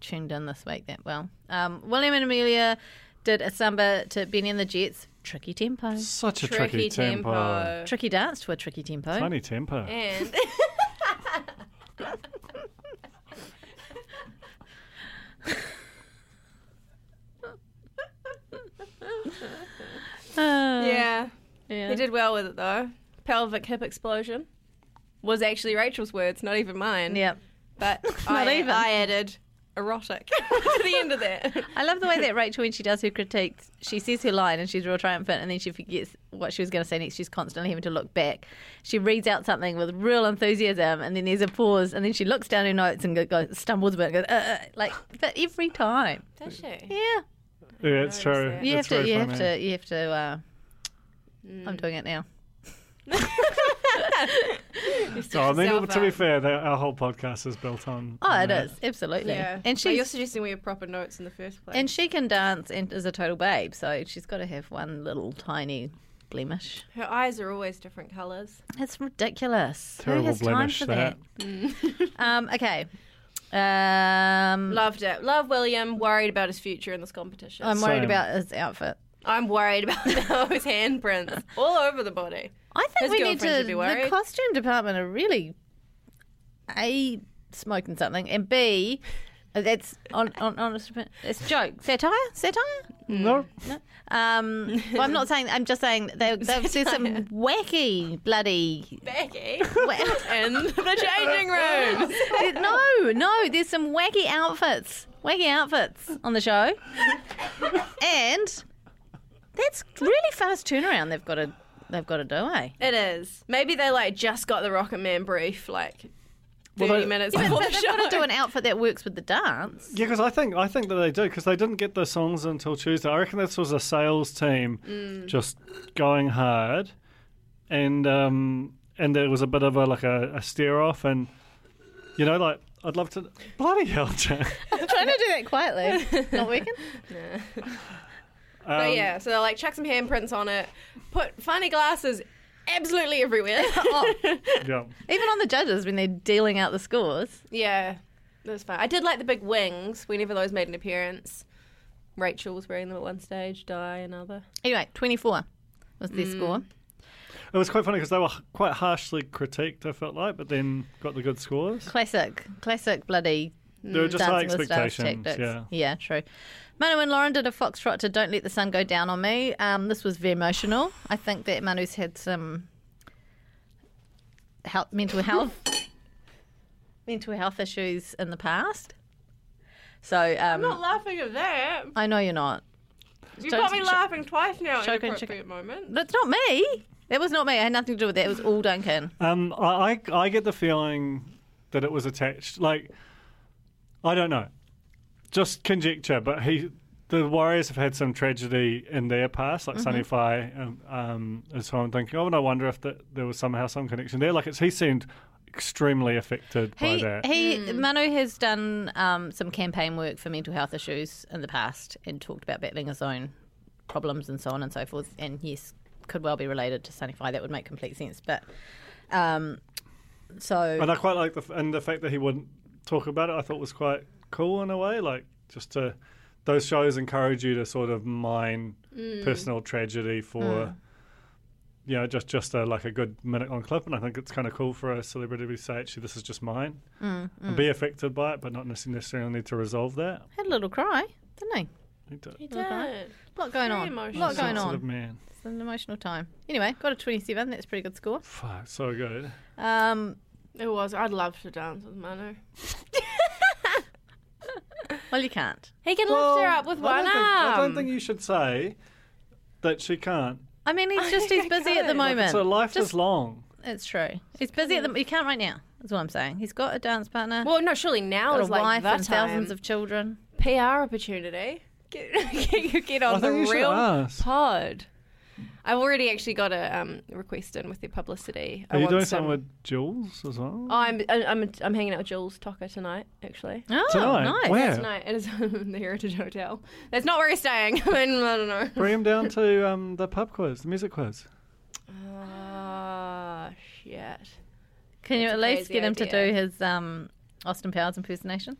[SPEAKER 5] tuned in this week that well. Um, William and Amelia did a samba to Benny and the Jets. Tricky tempo.
[SPEAKER 2] Such a tricky,
[SPEAKER 4] Tricky
[SPEAKER 2] tempo.
[SPEAKER 4] tempo.
[SPEAKER 5] Tricky dance to a tricky tempo.
[SPEAKER 2] Funny tempo.
[SPEAKER 5] Eh,
[SPEAKER 4] And yeah.
[SPEAKER 5] Yeah.
[SPEAKER 4] He did well with it though. Pelvic hip explosion was actually Rachel's words, not even mine.
[SPEAKER 5] Yep.
[SPEAKER 4] But
[SPEAKER 5] Not
[SPEAKER 4] I,
[SPEAKER 5] even.
[SPEAKER 4] I added erotic to the end of that.
[SPEAKER 5] I love the way that Rachel, when she does her critiques, she says her line and she's real triumphant, and then she forgets what she was going to say next. She's constantly having to look back. She reads out something with real enthusiasm, and then there's a pause, and then she looks down her notes and go, go, stumbles a bit, and goes, uh, uh, like, but every time.
[SPEAKER 4] Does she?
[SPEAKER 5] Yeah.
[SPEAKER 2] Yeah, it's true.
[SPEAKER 4] that.
[SPEAKER 5] You
[SPEAKER 2] It's
[SPEAKER 5] have to,
[SPEAKER 2] very
[SPEAKER 5] you have
[SPEAKER 2] funny.
[SPEAKER 5] to, you have to. Uh,
[SPEAKER 4] Mm.
[SPEAKER 5] I'm doing it now.
[SPEAKER 2] So, I mean,
[SPEAKER 4] yourself
[SPEAKER 2] to be
[SPEAKER 4] out.
[SPEAKER 2] fair, the, our whole podcast is built on.
[SPEAKER 5] Oh,
[SPEAKER 2] on
[SPEAKER 5] it
[SPEAKER 2] that.
[SPEAKER 5] is absolutely.
[SPEAKER 4] Yeah.
[SPEAKER 5] And
[SPEAKER 4] But you're
[SPEAKER 5] she's
[SPEAKER 4] suggesting we have proper notes in the first place.
[SPEAKER 5] and she can dance and is a total babe, so she's got to have one little tiny blemish.
[SPEAKER 4] her eyes are always different colours.
[SPEAKER 5] That's ridiculous.
[SPEAKER 2] Terrible
[SPEAKER 5] Who has time Mm.
[SPEAKER 2] blemish,
[SPEAKER 5] for that? um, okay. Um,
[SPEAKER 4] Loved it. Love William. Worried about his future in this competition.
[SPEAKER 5] I'm worried
[SPEAKER 2] Same.
[SPEAKER 5] about his outfit.
[SPEAKER 4] I'm worried about those handprints all over the body.
[SPEAKER 5] I think
[SPEAKER 4] His
[SPEAKER 5] we need
[SPEAKER 4] girlfriend
[SPEAKER 5] to.
[SPEAKER 4] should be worried.
[SPEAKER 5] The costume department are really a smoking something, and b that's on, on honest. opinion- It's joke satire satire.
[SPEAKER 2] No.
[SPEAKER 5] Um, well, I'm not saying. I'm just saying they, they've said some wacky bloody.
[SPEAKER 4] Becky in the changing room.
[SPEAKER 5] no, no. There's some wacky outfits, wacky outfits on the show, and that's really fast turnaround. They've got to. They've got to do, eh?
[SPEAKER 4] It is. Maybe they like just got the Rocket Man brief like 30
[SPEAKER 2] they-
[SPEAKER 4] minutes
[SPEAKER 5] But
[SPEAKER 4] before the
[SPEAKER 5] they've got
[SPEAKER 4] show.
[SPEAKER 5] to do an outfit that works with the dance.
[SPEAKER 2] Yeah, because I think I think that they do because they didn't get the songs until Tuesday. I reckon this was a sales team
[SPEAKER 5] Mm.
[SPEAKER 2] just going hard, and um, and there was a bit of a like a, a stare off, and you know, like I'd love to bloody hell, Jack.
[SPEAKER 5] trying to do that quietly. Not working.
[SPEAKER 2] Um,
[SPEAKER 5] Um,
[SPEAKER 4] But yeah, so they like chuck some handprints on it, put funny glasses absolutely everywhere.
[SPEAKER 2] yeah.
[SPEAKER 5] Even on the judges when they're dealing out the scores.
[SPEAKER 4] yeah, that was fun. I did like the big wings whenever those made an appearance. Rachel was wearing them at one stage, Di another.
[SPEAKER 5] Anyway, 24 was their score.
[SPEAKER 2] It was quite funny because they were h- quite harshly critiqued. I felt like, but then got the good scores.
[SPEAKER 5] Classic, classic bloody
[SPEAKER 2] They
[SPEAKER 5] Mm,
[SPEAKER 2] were just high
[SPEAKER 5] dancing with stars
[SPEAKER 2] expectations.
[SPEAKER 5] tactics.
[SPEAKER 2] Yeah.
[SPEAKER 5] true. Manu and Lauren did a foxtrot to Don't Let the Sun Go Down on Me. Um, this was very emotional. I think that Manu's had some health, mental health mental health issues in the past. So um,
[SPEAKER 4] Not laughing at that.
[SPEAKER 5] I know you're not.
[SPEAKER 4] You
[SPEAKER 5] got
[SPEAKER 4] got
[SPEAKER 5] me
[SPEAKER 4] me
[SPEAKER 5] Ch-
[SPEAKER 4] laughing twice now at
[SPEAKER 5] Choke and
[SPEAKER 4] inappropriate
[SPEAKER 5] inappropriate
[SPEAKER 4] moment.
[SPEAKER 5] That's not me. That was not me. I had nothing to do with that. It was all Duncan.
[SPEAKER 2] Um, I, I I get the feeling that it was attached. Like, I don't know, just conjecture. But he, the Warriors have had some tragedy in their past, like Sunny Fi. Um, um, and so I'm thinking, oh, and I wonder if that there was somehow some connection there. Like, it's he seemed extremely affected by
[SPEAKER 5] He,
[SPEAKER 2] that.
[SPEAKER 5] he
[SPEAKER 4] Hmm.
[SPEAKER 5] Manu has done um, some campaign work for mental health issues in the past and talked about battling his own problems and so on and so forth. And yes, could well be related to Sunnify. That would make complete sense. But um, so
[SPEAKER 2] and I quite like the f- and the fact that he wouldn't talk about it. I thought was quite cool in a way. Like, just to those shows encourage you to sort of mine
[SPEAKER 4] Mm.
[SPEAKER 2] personal tragedy for
[SPEAKER 4] Hmm.
[SPEAKER 2] you know just just a, like a good minute on clip and i think it's kind of cool for a celebrity to say actually this is just mine
[SPEAKER 4] Mm,
[SPEAKER 2] and be affected by it but not necess- necessarily need to resolve that
[SPEAKER 5] had a little cry, didn't he?
[SPEAKER 2] He did.
[SPEAKER 4] He
[SPEAKER 5] Okay.
[SPEAKER 4] did.
[SPEAKER 5] lot going
[SPEAKER 4] Very
[SPEAKER 5] on.
[SPEAKER 4] emotional.
[SPEAKER 5] lot going
[SPEAKER 2] Sensitive
[SPEAKER 5] on.
[SPEAKER 2] man
[SPEAKER 5] It's an emotional time. Anyway, got a 27. That's a pretty good score.
[SPEAKER 2] fuck so good
[SPEAKER 5] Um,
[SPEAKER 4] It was. I'd love to dance with Manu.
[SPEAKER 5] well, you can't.
[SPEAKER 4] He can lift her up with
[SPEAKER 2] I
[SPEAKER 4] one
[SPEAKER 2] don't, think,
[SPEAKER 4] arm.
[SPEAKER 2] I don't think you should say that she can't
[SPEAKER 5] I mean, he's just
[SPEAKER 4] think
[SPEAKER 5] he's
[SPEAKER 4] I
[SPEAKER 5] busy at the
[SPEAKER 4] could.
[SPEAKER 5] moment.
[SPEAKER 2] so life
[SPEAKER 5] Just-
[SPEAKER 2] is long
[SPEAKER 5] It's true. He's busy at the. You can't right now. Is what I'm saying. He's got a dance partner.
[SPEAKER 4] well, no, surely now
[SPEAKER 5] got a
[SPEAKER 4] is like
[SPEAKER 5] wife
[SPEAKER 4] the
[SPEAKER 5] and thousands
[SPEAKER 4] time.
[SPEAKER 5] of children.
[SPEAKER 4] PR opportunity. Get, get, get
[SPEAKER 2] I
[SPEAKER 4] on the
[SPEAKER 2] think you should
[SPEAKER 4] real
[SPEAKER 2] ask.
[SPEAKER 4] pod. I've already actually got a um, request in with their publicity. I
[SPEAKER 2] are you
[SPEAKER 4] want
[SPEAKER 2] doing
[SPEAKER 4] some-
[SPEAKER 2] something with jules as well
[SPEAKER 4] Oh, I'm, I'm I'm hanging out with Jules Tucker tonight. Actually,
[SPEAKER 5] Oh,
[SPEAKER 2] Tonight?
[SPEAKER 5] nice.
[SPEAKER 2] Where?
[SPEAKER 4] tonight it is in the Heritage Hotel. That's not where he's staying. I, mean, I don't know.
[SPEAKER 2] bring him down to um, the pub quiz the music quiz
[SPEAKER 4] Ah, shit.
[SPEAKER 5] Can you
[SPEAKER 4] That's
[SPEAKER 5] at
[SPEAKER 4] a
[SPEAKER 5] least
[SPEAKER 4] crazy
[SPEAKER 5] get him to
[SPEAKER 4] idea.
[SPEAKER 5] do his um, Austin Powers impersonation?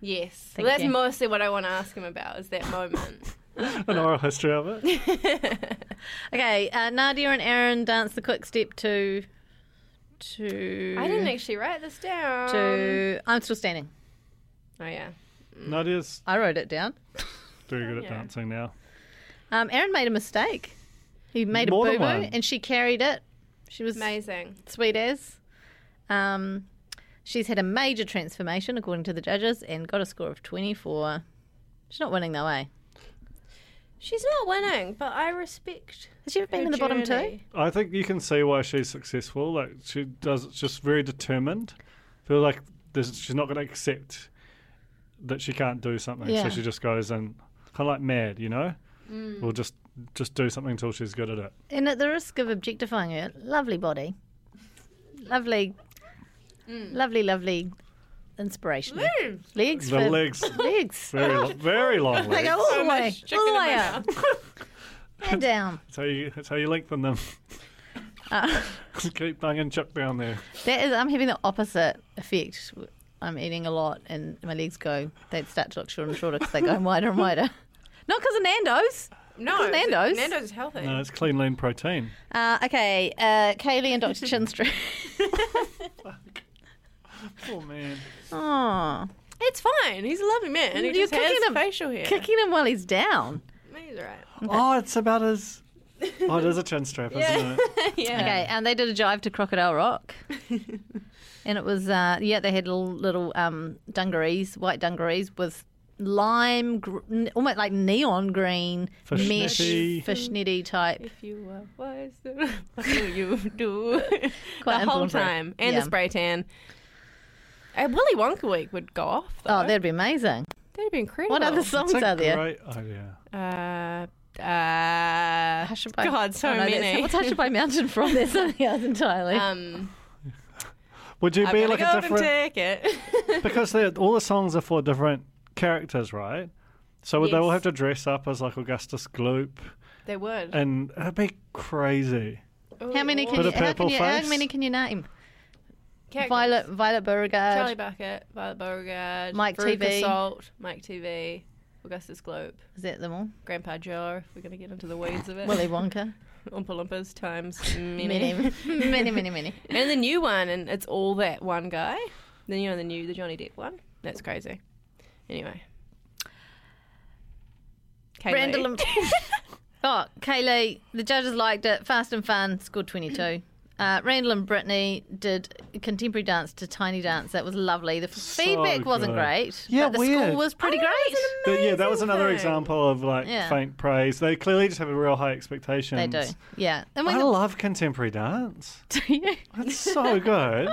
[SPEAKER 4] Yes,
[SPEAKER 5] Thank
[SPEAKER 4] well, that's
[SPEAKER 5] you.
[SPEAKER 4] mostly what I want to ask him about. Is that moment.
[SPEAKER 2] an oral history of it
[SPEAKER 5] Okay, uh, Nadia and Aaron dance the quick step to to
[SPEAKER 4] I didn't actually write this down.
[SPEAKER 5] to. I'm still standing.
[SPEAKER 4] Oh yeah.
[SPEAKER 2] nadia's
[SPEAKER 5] I wrote it down.
[SPEAKER 2] very good at
[SPEAKER 4] Yeah.
[SPEAKER 2] dancing now
[SPEAKER 5] Um, Aaron made a mistake. He made
[SPEAKER 2] More
[SPEAKER 5] a
[SPEAKER 2] than
[SPEAKER 5] boo boo,
[SPEAKER 2] one.
[SPEAKER 5] and she carried it. She was
[SPEAKER 4] Amazing.
[SPEAKER 5] sweet as. Um, she's had a major transformation according to the judges and got a score of 24. She's not winning though, eh?
[SPEAKER 4] She's not winning, but I respect.
[SPEAKER 5] Has she ever been in the bottom two?
[SPEAKER 2] I think you can see why she's successful. Like she does, it's just very determined. Feel like this, she's not going to accept that she can't do something.
[SPEAKER 5] Yeah.
[SPEAKER 2] So she just goes and kind of like mad, you know. Mm. Will just just do something until she's good at it.
[SPEAKER 5] And at the risk of objectifying her, lovely body. Lovely, lovely, lovely inspiration. Mm. Legs. Legs.
[SPEAKER 2] The
[SPEAKER 5] for-
[SPEAKER 2] legs,
[SPEAKER 5] Legs.
[SPEAKER 2] very lo- very long
[SPEAKER 5] They
[SPEAKER 2] legs.
[SPEAKER 5] go all the
[SPEAKER 4] much
[SPEAKER 5] way,
[SPEAKER 4] chicken
[SPEAKER 5] all the
[SPEAKER 4] in
[SPEAKER 5] way
[SPEAKER 4] my
[SPEAKER 5] up. and down.
[SPEAKER 2] That's how you that's how you lengthen them.
[SPEAKER 5] Uh,
[SPEAKER 2] Uh. Keep banging Chuck down there.
[SPEAKER 5] that is, I'm having the opposite effect I'm eating a lot and my legs go, they'd start to look shorter and shorter because they go wider and wider. Not because of Nando's.
[SPEAKER 4] No,
[SPEAKER 5] It's Nando's.
[SPEAKER 4] Nando's is healthy.
[SPEAKER 2] No, it's clean, lean protein.
[SPEAKER 5] Uh, okay, uh, Kaylee and Dr. Chinstrew.
[SPEAKER 2] Oh, man.
[SPEAKER 5] Aw.
[SPEAKER 4] It's fine. He's a lovely man. He
[SPEAKER 5] You're
[SPEAKER 4] just has
[SPEAKER 5] kicking him-
[SPEAKER 4] facial hair.
[SPEAKER 5] Kicking him while he's down.
[SPEAKER 4] He's all right.
[SPEAKER 2] Oh, it's about as. Oh, it is a chin strap, isn't it?
[SPEAKER 5] Okay, and they did a jive to Crocodile Rock. and it was, uh, yeah, they had little, little um, dungarees, white dungarees with lime, gr- n- almost like neon green mesh,
[SPEAKER 2] Fishnetty.
[SPEAKER 5] fishnetty type.
[SPEAKER 4] If you were wise, then what do you do? the whole
[SPEAKER 5] important for it.
[SPEAKER 4] time. And
[SPEAKER 5] Yeah.
[SPEAKER 4] the spray tan. A Willy Wonka week would go off.
[SPEAKER 5] Oh,
[SPEAKER 4] though.
[SPEAKER 5] that'd be amazing.
[SPEAKER 4] that'd be incredible.
[SPEAKER 5] What other songs
[SPEAKER 2] It's a
[SPEAKER 5] are there?
[SPEAKER 2] Great, oh, yeah.
[SPEAKER 4] Uh, uh,
[SPEAKER 5] Hushabye.
[SPEAKER 4] God, so
[SPEAKER 5] Oh, no, that's-
[SPEAKER 4] many.
[SPEAKER 5] What's Hushabye Mountain from? There's something else entirely.
[SPEAKER 4] um,
[SPEAKER 2] Would you
[SPEAKER 4] I've
[SPEAKER 2] be
[SPEAKER 4] got
[SPEAKER 2] like
[SPEAKER 4] a
[SPEAKER 2] a
[SPEAKER 4] golden
[SPEAKER 2] different.
[SPEAKER 4] ticket.
[SPEAKER 2] because they're- all the songs are for different characters, right? So would they all
[SPEAKER 4] Yes.
[SPEAKER 2] have to dress up as like Augustus Gloop,
[SPEAKER 4] they would.
[SPEAKER 2] and that'd be crazy.
[SPEAKER 5] how many can
[SPEAKER 2] Put
[SPEAKER 5] you?
[SPEAKER 2] a
[SPEAKER 5] How, can
[SPEAKER 2] purple
[SPEAKER 5] you how
[SPEAKER 2] face.
[SPEAKER 5] many can you name?
[SPEAKER 4] Characters.
[SPEAKER 5] Violet, Violet Beauregard.
[SPEAKER 4] Charlie Bucket, Violet Beauregard,
[SPEAKER 5] Mike
[SPEAKER 4] Veruca
[SPEAKER 5] TV.
[SPEAKER 4] Salt, Mike TV, Augustus Globe,
[SPEAKER 5] Is that them all?
[SPEAKER 4] Grandpa Joe. If we're gonna get into the weeds of it,
[SPEAKER 5] Willy Wonka.
[SPEAKER 4] Oompa Loompas times
[SPEAKER 5] many,
[SPEAKER 4] many.
[SPEAKER 5] many, many, many.
[SPEAKER 4] and the new one, and it's all that one guy. Then you know the new the Johnny Depp one. That's crazy. Anyway, Kaylee.
[SPEAKER 5] Randall and- oh, Kaylee, the judges liked it. Fast and fun, scored 22. Uh, Randall and Brittany did contemporary dance to tiny dance. That was lovely. The f- feedback wasn't
[SPEAKER 2] good.
[SPEAKER 5] great,
[SPEAKER 2] Yeah,
[SPEAKER 5] but the
[SPEAKER 2] weird.
[SPEAKER 5] score was pretty
[SPEAKER 4] I know,
[SPEAKER 5] great.
[SPEAKER 4] it's an
[SPEAKER 2] But yeah, that was
[SPEAKER 4] amazing
[SPEAKER 2] another
[SPEAKER 4] thing.
[SPEAKER 2] example of like
[SPEAKER 5] Yeah.
[SPEAKER 2] faint praise. They clearly just have a real high expectation.
[SPEAKER 5] They do, yeah. And we
[SPEAKER 2] I love contemporary dance.
[SPEAKER 5] do you?
[SPEAKER 2] That's so good.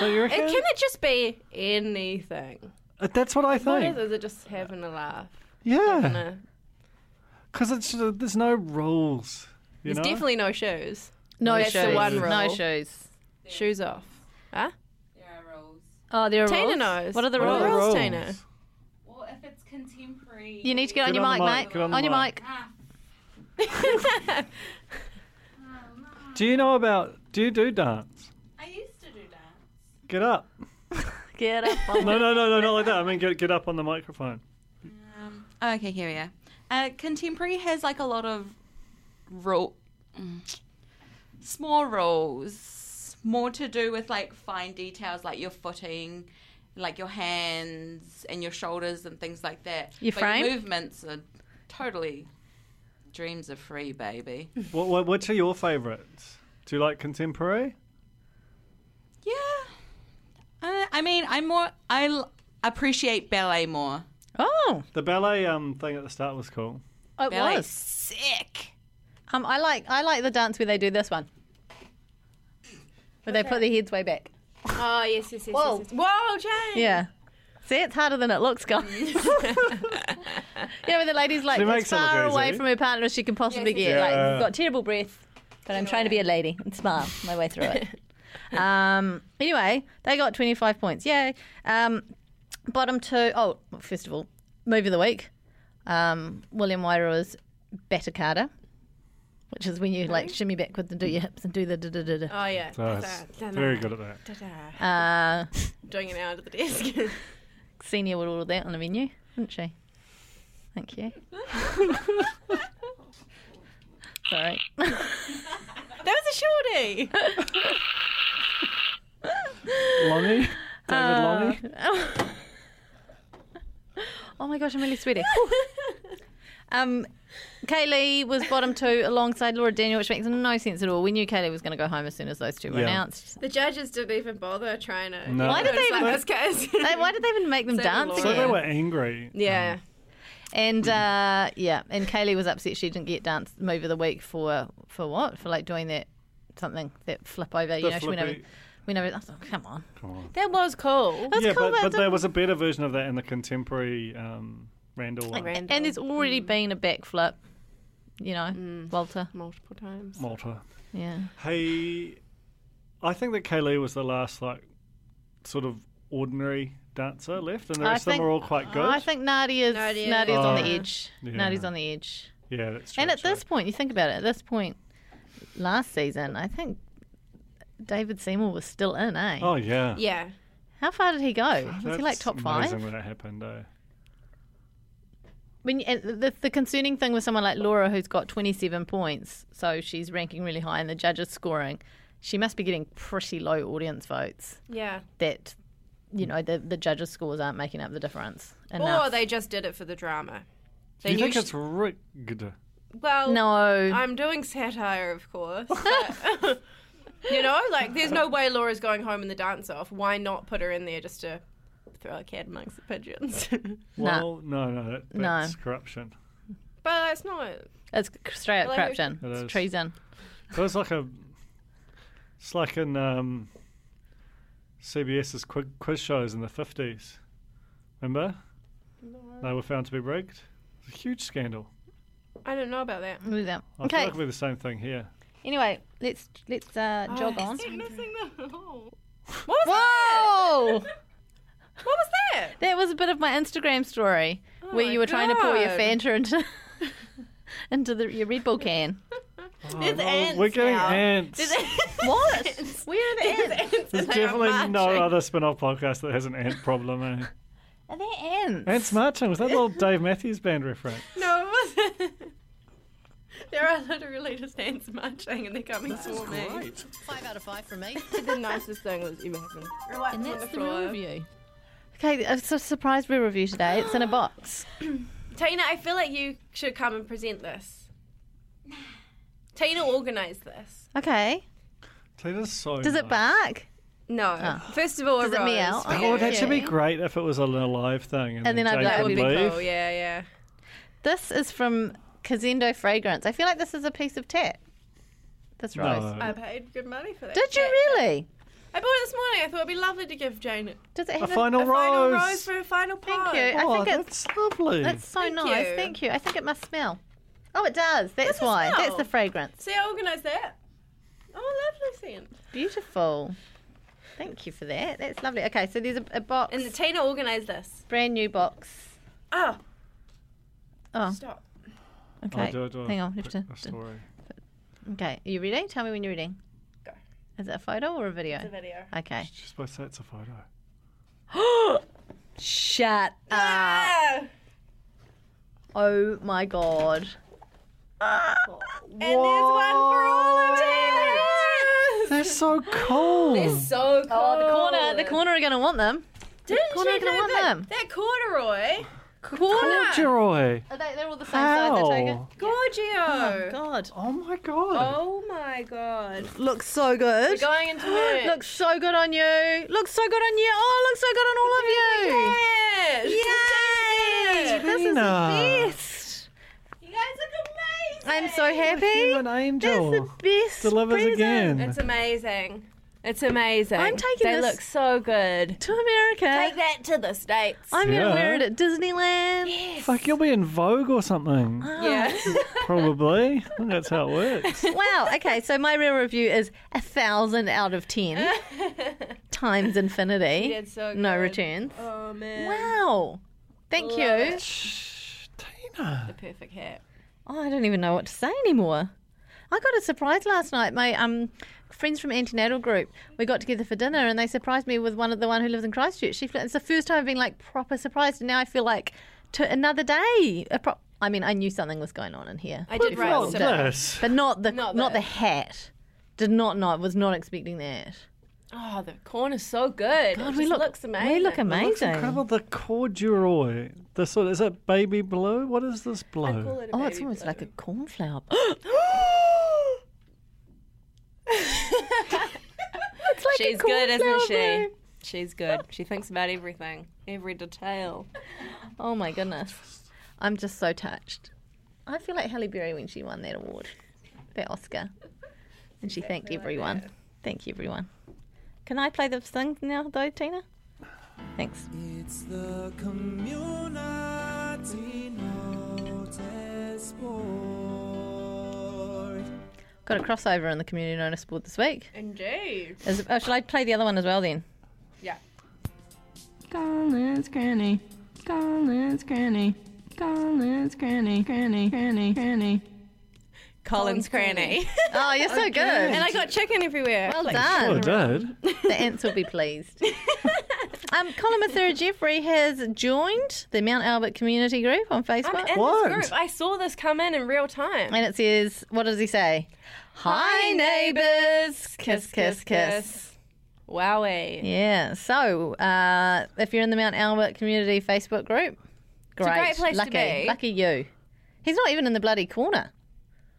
[SPEAKER 2] do you reckon?
[SPEAKER 4] It, can it just be anything?
[SPEAKER 2] Uh, That's what I
[SPEAKER 4] What is
[SPEAKER 2] think.
[SPEAKER 4] it? Is it just having a laugh? Having
[SPEAKER 2] Yeah,
[SPEAKER 4] a-
[SPEAKER 2] because it's uh, there's no rules. You know?
[SPEAKER 4] There's definitely no shoes.
[SPEAKER 5] No
[SPEAKER 4] That's
[SPEAKER 5] shoes.
[SPEAKER 4] the one
[SPEAKER 5] No
[SPEAKER 4] rule.
[SPEAKER 5] shoes.
[SPEAKER 4] Shoes off. Huh?
[SPEAKER 7] There are rules.
[SPEAKER 5] Oh, there are
[SPEAKER 4] Tina
[SPEAKER 5] rules.
[SPEAKER 4] knows.
[SPEAKER 5] What are the
[SPEAKER 4] What
[SPEAKER 5] rules?
[SPEAKER 4] are the rules? Tina.
[SPEAKER 7] Well, if it's contemporary.
[SPEAKER 5] You need to get on
[SPEAKER 2] Get
[SPEAKER 5] your
[SPEAKER 2] on
[SPEAKER 5] mic,
[SPEAKER 2] the mic,
[SPEAKER 5] mate.
[SPEAKER 2] get on
[SPEAKER 5] On,
[SPEAKER 2] the
[SPEAKER 5] your mic.
[SPEAKER 2] mic. Do you know about? Do you do dance?
[SPEAKER 7] I used to do that.
[SPEAKER 2] Get up.
[SPEAKER 5] Get up.
[SPEAKER 2] No, no, no, no, not like that. I mean, get get up on the microphone.
[SPEAKER 7] Oh, okay, here we are. Uh, contemporary has like a lot of rule, mm, small rules, more to do with like fine details like your footing, like your hands and your shoulders and things like that.
[SPEAKER 5] Your
[SPEAKER 7] But
[SPEAKER 5] frame?
[SPEAKER 7] movements are totally dreams are free, baby.
[SPEAKER 2] What, what which are your favourites? Do you like contemporary?
[SPEAKER 7] yeah, uh, I mean, I'm more I l- appreciate ballet more.
[SPEAKER 5] oh,
[SPEAKER 2] The ballet um thing at the start was cool.
[SPEAKER 5] it
[SPEAKER 7] Ballet's
[SPEAKER 5] was.
[SPEAKER 7] sick.
[SPEAKER 5] Um, I like I like the dance where they do this one, where they put their heads way back.
[SPEAKER 4] Oh yes, yes, yes. Whoa,
[SPEAKER 5] Whoa.
[SPEAKER 4] yes, yes. whoa, Jane.
[SPEAKER 5] Yeah. See, it's harder than it looks, guys. you know, when the lady's like
[SPEAKER 2] She
[SPEAKER 5] as
[SPEAKER 2] makes it look
[SPEAKER 5] far
[SPEAKER 2] easy.
[SPEAKER 5] away from her partner as she can possibly
[SPEAKER 4] Yes, yes,
[SPEAKER 5] get.
[SPEAKER 2] yes.
[SPEAKER 5] Like,
[SPEAKER 2] Yeah.
[SPEAKER 5] got terrible breath, but I'm trying to be a lady and smile my way through it. um, anyway, they got 25 points. Yay. Um, bottom two oh well, first of all, movie of the week. Um, William Wairoa's Batacada, which is when you like shimmy backwards and do your hips and do the da da da da.
[SPEAKER 4] Oh yeah.
[SPEAKER 2] Nice.
[SPEAKER 4] Da, da, da,
[SPEAKER 2] Very good at that.
[SPEAKER 4] da, da.
[SPEAKER 5] Uh,
[SPEAKER 4] Doing an hour to the desk.
[SPEAKER 5] Xenia would order that on the menu, wouldn't she? Thank you. Sorry.
[SPEAKER 4] that was a shorty.
[SPEAKER 2] Longy, David
[SPEAKER 4] Uh,
[SPEAKER 2] Longy.
[SPEAKER 5] Oh my gosh, I'm really sweaty. um, Kaylee was bottom two alongside Laura Daniel, which makes no sense at all. We knew Kaylee was going to go home as soon as those two were
[SPEAKER 2] Yeah.
[SPEAKER 5] announced.
[SPEAKER 4] the judges didn't even bother trying to.
[SPEAKER 2] No. Why
[SPEAKER 5] did they even-
[SPEAKER 4] this case?
[SPEAKER 5] They- Why did they even make them
[SPEAKER 4] So
[SPEAKER 5] dance?
[SPEAKER 4] Laura.
[SPEAKER 2] So they
[SPEAKER 5] again?
[SPEAKER 2] were angry.
[SPEAKER 4] yeah.
[SPEAKER 5] And uh, yeah, and Kaylee was upset she didn't get dance move of the week for for what? For like doing that something that flip over. you
[SPEAKER 2] The
[SPEAKER 5] know, she went over.
[SPEAKER 2] flippy-
[SPEAKER 5] Went over. I thought, come on.
[SPEAKER 4] That was cool.
[SPEAKER 5] That's
[SPEAKER 2] yeah,
[SPEAKER 5] cool,
[SPEAKER 2] but,
[SPEAKER 5] but
[SPEAKER 2] but
[SPEAKER 5] the-
[SPEAKER 2] there was a better version of that in the contemporary um, Randall one.
[SPEAKER 4] Randall.
[SPEAKER 5] And there's already been a backflip, you know, Walter.
[SPEAKER 4] multiple times.
[SPEAKER 2] Malta.
[SPEAKER 5] Yeah.
[SPEAKER 2] Hey, I think that Kaylee was the last like sort of ordinary dancer left, and the
[SPEAKER 5] I
[SPEAKER 2] rest of
[SPEAKER 5] think-
[SPEAKER 2] them were all quite good.
[SPEAKER 5] I think Nadia's, Nadia's,
[SPEAKER 4] Nadia.
[SPEAKER 5] on the
[SPEAKER 2] Oh.
[SPEAKER 5] edge.
[SPEAKER 2] Yeah.
[SPEAKER 5] Nadia's on the edge.
[SPEAKER 2] yeah, that's true.
[SPEAKER 5] And at
[SPEAKER 2] true.
[SPEAKER 5] this point, you think about it, at this point last season, I think David Seymour was still in, eh?
[SPEAKER 2] oh yeah,
[SPEAKER 4] Yeah.
[SPEAKER 5] How far did he go? Was he like
[SPEAKER 2] That's
[SPEAKER 5] top five?
[SPEAKER 2] Amazing when it happened, eh?
[SPEAKER 5] When you, and the, the concerning thing with someone like Laura, who's got 27 points, so she's ranking really high in the judges' scoring, she must be getting pretty low audience votes.
[SPEAKER 4] Yeah.
[SPEAKER 5] That, you know, the, the judges' scores aren't making up the difference.
[SPEAKER 4] Or
[SPEAKER 5] enough.
[SPEAKER 4] Oh, they just did it for the drama. They
[SPEAKER 2] Do you
[SPEAKER 4] knew
[SPEAKER 2] think
[SPEAKER 4] sh-
[SPEAKER 2] it's rigged?
[SPEAKER 4] well,
[SPEAKER 5] no.
[SPEAKER 4] I'm doing satire, of course. but- you know, like there's no way Laura's going home in the dance off. Why not put her in there just to throw a cat amongst the pigeons?
[SPEAKER 2] Well, no, no, that,
[SPEAKER 5] No.
[SPEAKER 2] that's corruption.
[SPEAKER 4] but it's not.
[SPEAKER 5] it's straight up
[SPEAKER 4] Like-
[SPEAKER 5] corruption.
[SPEAKER 2] It
[SPEAKER 5] It's
[SPEAKER 2] is.
[SPEAKER 5] treason.
[SPEAKER 2] It was like a, it's like in um, CBS's quiz, quiz shows in the fifties. Remember? They were found to be rigged. It's a huge scandal.
[SPEAKER 4] I don't know about that.
[SPEAKER 5] Who's that?
[SPEAKER 2] I feel
[SPEAKER 5] Okay.
[SPEAKER 2] like it'll be the same thing here.
[SPEAKER 5] Anyway, let's let's uh,
[SPEAKER 4] Oh,
[SPEAKER 5] jog on.
[SPEAKER 4] What was that?
[SPEAKER 5] Whoa!
[SPEAKER 4] What was that?
[SPEAKER 5] that was a bit of my Instagram story where
[SPEAKER 4] Oh my
[SPEAKER 5] you were trying to pour your
[SPEAKER 4] God.
[SPEAKER 5] Fanta into into the, your Red Bull can.
[SPEAKER 4] There's ants
[SPEAKER 2] Oh, we're getting
[SPEAKER 4] now.
[SPEAKER 2] ants.
[SPEAKER 4] There's ants.
[SPEAKER 5] What? Where are the
[SPEAKER 4] There's
[SPEAKER 5] ants?
[SPEAKER 4] ants.
[SPEAKER 2] There's
[SPEAKER 4] They are
[SPEAKER 2] definitely no
[SPEAKER 4] marching.
[SPEAKER 2] other spin-off podcast that has an ant problem. Eh?
[SPEAKER 5] Are there ants?
[SPEAKER 2] Ants marching was that little Dave Matthews Band reference?
[SPEAKER 4] No, it wasn't. there are literally just ants marching and they're coming for me.
[SPEAKER 3] Five out of five for me.
[SPEAKER 4] The nicest thing that's ever happened.
[SPEAKER 3] And that's the review.
[SPEAKER 5] Okay, it's a surprise brew review today. It's in a box.
[SPEAKER 4] Tina, I feel like you should come and present this. Tina organised this.
[SPEAKER 5] Okay.
[SPEAKER 2] Tina's so.
[SPEAKER 5] Does it
[SPEAKER 2] nice.
[SPEAKER 5] bark?
[SPEAKER 4] No. First of all,
[SPEAKER 5] Ah. Does it
[SPEAKER 4] a rose
[SPEAKER 5] meow?
[SPEAKER 4] for
[SPEAKER 2] Oh,
[SPEAKER 4] you.
[SPEAKER 2] it'd actually be
[SPEAKER 5] Yeah.
[SPEAKER 2] great if it was an alive thing, and,
[SPEAKER 5] And then I'd be like,
[SPEAKER 4] That
[SPEAKER 2] Jake
[SPEAKER 4] would be
[SPEAKER 5] I
[SPEAKER 2] leave.
[SPEAKER 4] cool. Yeah, yeah.
[SPEAKER 5] This is from Cazendo Fragrance. I feel like this is a piece of tat. This rose.
[SPEAKER 2] No.
[SPEAKER 4] I paid good money for that.
[SPEAKER 5] Did you
[SPEAKER 4] Yeah.
[SPEAKER 5] really?
[SPEAKER 4] I bought it this morning. I thought it'd be lovely to give Jane
[SPEAKER 5] Does it
[SPEAKER 2] a
[SPEAKER 5] have
[SPEAKER 2] final
[SPEAKER 4] a
[SPEAKER 2] rose.
[SPEAKER 4] final rose for her final
[SPEAKER 5] Thank
[SPEAKER 4] part.
[SPEAKER 5] you.
[SPEAKER 2] Oh,
[SPEAKER 5] I think it's
[SPEAKER 2] that's lovely.
[SPEAKER 5] that's so
[SPEAKER 4] Thank
[SPEAKER 5] nice.
[SPEAKER 4] you.
[SPEAKER 5] Thank you. I think it must smell. Oh, it does. That's
[SPEAKER 4] Does it
[SPEAKER 5] why. That's
[SPEAKER 4] smell?
[SPEAKER 5] the fragrance.
[SPEAKER 4] See, I organised that. Oh, lovely scent.
[SPEAKER 5] Beautiful. Thank you for that. That's lovely. Okay, so there's a, a box,
[SPEAKER 4] And Tina organised this.
[SPEAKER 5] brand new box.
[SPEAKER 4] Oh,
[SPEAKER 5] Oh,
[SPEAKER 4] stop.
[SPEAKER 5] okay.
[SPEAKER 2] Oh, do I- do I
[SPEAKER 5] Hang on. you
[SPEAKER 2] pick
[SPEAKER 5] have
[SPEAKER 2] a
[SPEAKER 5] to-
[SPEAKER 2] story?
[SPEAKER 5] Okay, are you reading? Tell me when you're reading.
[SPEAKER 4] Go.
[SPEAKER 5] Is it a photo or a video?
[SPEAKER 4] The video.
[SPEAKER 5] Okay.
[SPEAKER 2] She's supposed to say it's a photo.
[SPEAKER 5] Shut up.
[SPEAKER 4] Ah,
[SPEAKER 5] Oh my god.
[SPEAKER 4] and there's one for all of us.
[SPEAKER 2] They're so cool.
[SPEAKER 4] So cool.
[SPEAKER 5] Oh, the corner. The corner are going to want them.
[SPEAKER 4] Didn't
[SPEAKER 5] corner
[SPEAKER 4] you
[SPEAKER 5] gonna
[SPEAKER 4] know
[SPEAKER 5] want
[SPEAKER 4] that,
[SPEAKER 5] them.
[SPEAKER 4] That corduroy.
[SPEAKER 5] Corner.
[SPEAKER 2] Corduroy.
[SPEAKER 5] Are they, they're all the same size, I take it?
[SPEAKER 2] How?
[SPEAKER 4] Gorgio.
[SPEAKER 5] God.
[SPEAKER 2] Oh my god.
[SPEAKER 4] Oh my god.
[SPEAKER 5] Looks so good.
[SPEAKER 4] Going into merch.
[SPEAKER 5] Looks so good on you. Looks so good on you. Oh, looks so good on all of you.
[SPEAKER 4] Yes.
[SPEAKER 5] Yay! This is the
[SPEAKER 2] Tina.
[SPEAKER 5] best.
[SPEAKER 4] You guys look amazing.
[SPEAKER 5] I'm so happy.
[SPEAKER 2] Human
[SPEAKER 5] That's
[SPEAKER 2] angel.
[SPEAKER 5] the best.
[SPEAKER 2] Delivers
[SPEAKER 5] present.
[SPEAKER 2] again.
[SPEAKER 4] It's amazing. It's amazing.
[SPEAKER 5] I'm taking
[SPEAKER 4] They
[SPEAKER 5] this-
[SPEAKER 4] look so good.
[SPEAKER 5] To America.
[SPEAKER 4] Take that to the states.
[SPEAKER 5] I'm
[SPEAKER 2] Yeah.
[SPEAKER 5] gonna wear it at Disneyland.
[SPEAKER 2] It's like you'll be in Vogue or something.
[SPEAKER 4] yeah.
[SPEAKER 2] Probably. I think that's how it works.
[SPEAKER 5] Wow. Okay. So my real review is a thousand out of ten times infinity.
[SPEAKER 4] did so
[SPEAKER 5] No
[SPEAKER 4] good.
[SPEAKER 5] returns.
[SPEAKER 4] oh man.
[SPEAKER 5] Wow. Thank you.
[SPEAKER 2] Shh, Tina.
[SPEAKER 4] Perfect hat.
[SPEAKER 5] Oh, I don't even know what to say anymore. I got a surprise last night. My um, friends from antenatal group, we got together for dinner and they surprised me with one of the one who lives in Christchurch. She, fl- it's the first time I've been like proper surprised, and now I feel like to another day. A pro- I mean, I knew something was going on in here,
[SPEAKER 4] I did
[SPEAKER 2] Oh,
[SPEAKER 4] write some.
[SPEAKER 2] this.
[SPEAKER 5] but not the not,
[SPEAKER 4] Not
[SPEAKER 5] the
[SPEAKER 4] that.
[SPEAKER 5] hat. Did not know. Was not expecting that.
[SPEAKER 4] Oh, the corner's so good. it
[SPEAKER 5] we
[SPEAKER 4] just
[SPEAKER 5] look-
[SPEAKER 4] looks amazing.
[SPEAKER 5] We look amazing.
[SPEAKER 2] Incredible. The corduroy. The sort. Is it baby blue? What is this blue?
[SPEAKER 5] Oh, it's almost like a cornflower.
[SPEAKER 4] it's like She's good, isn't she? She's good. She thinks about everything, every detail.
[SPEAKER 5] oh my goodness. I'm just so touched. I feel like Halle Berry when she won that award, that Oscar. And she thanked everyone. Thank you, everyone. Can I play the song now, though, Tina? Thanks.
[SPEAKER 8] It's the community notice board.
[SPEAKER 5] Got a crossover in the community notice board this week.
[SPEAKER 4] Indeed.
[SPEAKER 5] Is, oh, should I play the other one as well then?
[SPEAKER 4] Yeah.
[SPEAKER 9] Colin's Granny. Colin's Granny. Colin's Granny. Granny. Granny. Granny.
[SPEAKER 4] Colin's cranny.
[SPEAKER 5] Oh, you're so good.
[SPEAKER 4] and I got chicken everywhere.
[SPEAKER 5] Well
[SPEAKER 2] Oh,
[SPEAKER 5] done.
[SPEAKER 2] it did.
[SPEAKER 5] The ants will be pleased. Um, Colin Mathura Jeffrey has joined the Mount Albert community group on
[SPEAKER 4] I'm
[SPEAKER 5] Facebook.
[SPEAKER 4] in
[SPEAKER 2] What?
[SPEAKER 4] this group. I saw this come in in real time.
[SPEAKER 5] and it says, what does he say? Hi, neighbours. Kiss, kiss, kiss.
[SPEAKER 4] Wowie.
[SPEAKER 5] Yeah. So uh, if you're in the Mount Albert community Facebook group, great.
[SPEAKER 4] a great place to
[SPEAKER 5] Lucky.
[SPEAKER 4] be.
[SPEAKER 5] Lucky you. He's not even in the bloody corner.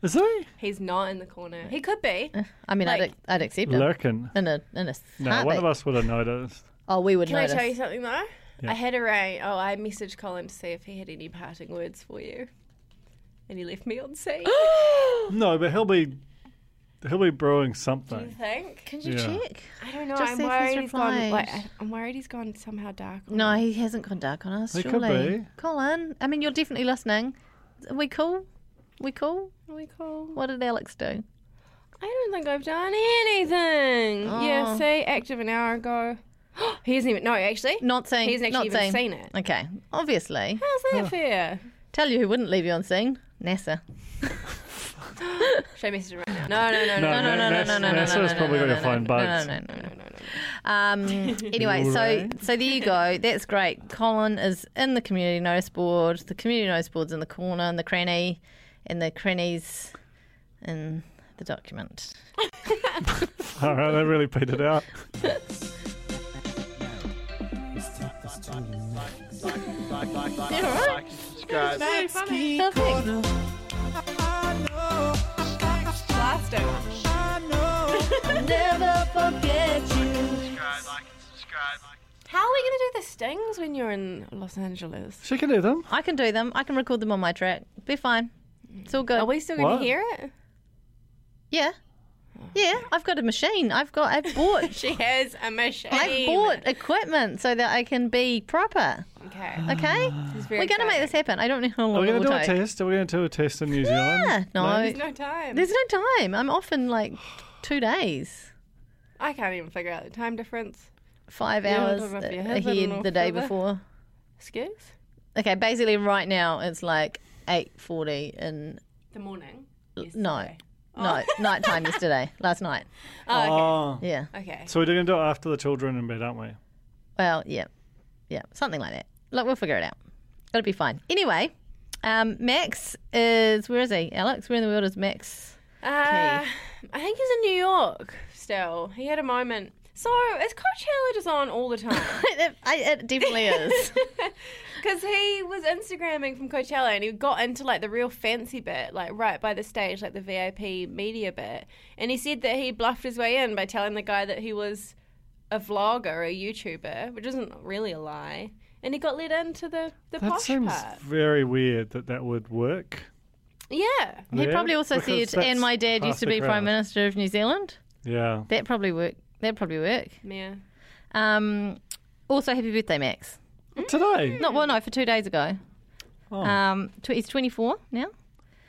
[SPEAKER 2] Is he
[SPEAKER 4] He's not in the corner. He could be.
[SPEAKER 5] I mean, I'd,
[SPEAKER 4] Like-
[SPEAKER 5] I'd accept him.
[SPEAKER 2] lurking?
[SPEAKER 5] In a, in a
[SPEAKER 2] No,
[SPEAKER 5] heartbeat.
[SPEAKER 2] one of us would have noticed.
[SPEAKER 5] Oh, we would
[SPEAKER 4] Can
[SPEAKER 5] notice.
[SPEAKER 4] I tell you something though? I had a rain. Oh, I messaged Colin to see if he had any parting words for you, and he left me on scene.
[SPEAKER 2] No, but he'll be he'll be brewing
[SPEAKER 4] Do you
[SPEAKER 2] something.
[SPEAKER 4] think?
[SPEAKER 5] Can you
[SPEAKER 2] Yeah.
[SPEAKER 5] check?
[SPEAKER 4] I don't know.
[SPEAKER 5] Just
[SPEAKER 4] I'm
[SPEAKER 5] see if he's
[SPEAKER 4] worried he's gone.
[SPEAKER 5] replied.
[SPEAKER 4] Like, I- I'm worried he's gone somehow dark. on
[SPEAKER 5] No,
[SPEAKER 4] us.
[SPEAKER 5] he hasn't gone dark on us.
[SPEAKER 2] He could
[SPEAKER 5] surely,
[SPEAKER 2] be.
[SPEAKER 5] Colin. I mean, you're definitely listening. Are we cool? We cool?
[SPEAKER 4] Are we cool?
[SPEAKER 5] What did Alex do?
[SPEAKER 4] I don't think I've done anything. Yeah,
[SPEAKER 5] Oh.
[SPEAKER 4] see, active an hour ago. he hasn't even. No, actually,
[SPEAKER 5] Not saying.
[SPEAKER 4] he hasn't
[SPEAKER 5] not
[SPEAKER 4] actually even
[SPEAKER 5] saying.
[SPEAKER 4] seen it.
[SPEAKER 5] Okay, obviously.
[SPEAKER 4] How's that fair?
[SPEAKER 5] Tell you who wouldn't leave you on scene? NASA.
[SPEAKER 4] Should I message him right now? No, no, no, no.
[SPEAKER 5] No, no, no, no, no, no, no,
[SPEAKER 2] NASA's
[SPEAKER 5] no, no,
[SPEAKER 2] probably
[SPEAKER 5] no,
[SPEAKER 2] going
[SPEAKER 5] no,
[SPEAKER 2] to find
[SPEAKER 5] no, no,
[SPEAKER 2] bugs.
[SPEAKER 5] no, no, no, no. Um, anyway, so
[SPEAKER 2] Right.
[SPEAKER 5] so there you go. That's great. Colin is in the community notice board. The community notice board's in the corner, and the cranny, and the crannies, in the document.
[SPEAKER 2] All right, they really beat it out.
[SPEAKER 5] Perfect.
[SPEAKER 4] How are we going to do the stings when you're in Los Angeles?
[SPEAKER 2] She can do them.
[SPEAKER 5] I can do them. I can record them on my track. Be fine. It's all good.
[SPEAKER 4] Are we still going
[SPEAKER 2] What?
[SPEAKER 4] to hear it?
[SPEAKER 5] yeah. Yeah, I've got a machine. I've got. I've bought.
[SPEAKER 4] She has a machine.
[SPEAKER 5] I've bought equipment so that I can be proper.
[SPEAKER 4] Okay.
[SPEAKER 5] Okay,
[SPEAKER 4] very
[SPEAKER 5] we're going to make this happen. I don't know
[SPEAKER 2] Ah.
[SPEAKER 5] how
[SPEAKER 2] Are
[SPEAKER 5] long
[SPEAKER 2] we
[SPEAKER 5] it
[SPEAKER 2] going
[SPEAKER 5] will
[SPEAKER 2] to do a
[SPEAKER 5] take.
[SPEAKER 2] test? Are we going to do a test in New Zealand?
[SPEAKER 5] Yeah, no,
[SPEAKER 4] There's no time.
[SPEAKER 5] there's no time. I'm off in like two days,
[SPEAKER 4] I can't even figure out the time difference.
[SPEAKER 5] five
[SPEAKER 4] Yeah,
[SPEAKER 5] hours
[SPEAKER 4] it'll be heaven
[SPEAKER 5] ahead
[SPEAKER 4] or
[SPEAKER 5] the day
[SPEAKER 4] further.
[SPEAKER 5] before.
[SPEAKER 4] Excuse?
[SPEAKER 5] Okay, basically right now it's like eight forty in
[SPEAKER 4] The morning.
[SPEAKER 5] no,
[SPEAKER 4] Oh.
[SPEAKER 5] no night time yesterday, last night.
[SPEAKER 2] Oh.
[SPEAKER 5] Yeah,
[SPEAKER 4] Okay.
[SPEAKER 2] So we're going to do it after the children in bed, aren't we?
[SPEAKER 5] well, yeah, yeah, something like that. Look, we'll figure it out. It'll be fine. Anyway, um, Max is where is he? Alex, where in the world is Max?
[SPEAKER 4] Uh, I think he's in New York still. He had a moment. So, is Coachella just on all the time?
[SPEAKER 5] it, it definitely is.
[SPEAKER 4] Because he was Instagramming from Coachella and he got into like the real fancy bit, like right by the stage, like the VIP media bit. And he said that he bluffed his way in by telling the guy that he was a vlogger, a YouTuber, which isn't really a lie. And he got let into the, the
[SPEAKER 2] That
[SPEAKER 4] posh
[SPEAKER 2] seems
[SPEAKER 4] part.
[SPEAKER 2] very weird that that would work.
[SPEAKER 4] Yeah.
[SPEAKER 5] He
[SPEAKER 2] Yeah,
[SPEAKER 5] probably also
[SPEAKER 2] because
[SPEAKER 5] said, "And
[SPEAKER 2] that's
[SPEAKER 5] my dad
[SPEAKER 2] half
[SPEAKER 5] used to
[SPEAKER 2] the
[SPEAKER 5] be
[SPEAKER 2] crowd.
[SPEAKER 5] prime minister of New Zealand."
[SPEAKER 2] Yeah.
[SPEAKER 5] That probably work. That probably work.
[SPEAKER 4] Yeah.
[SPEAKER 5] Um, also, happy birthday, Max.
[SPEAKER 2] Today.
[SPEAKER 5] Not well, Mm. no, for two days ago.
[SPEAKER 2] Oh.
[SPEAKER 5] Um, tw- he's 24 now.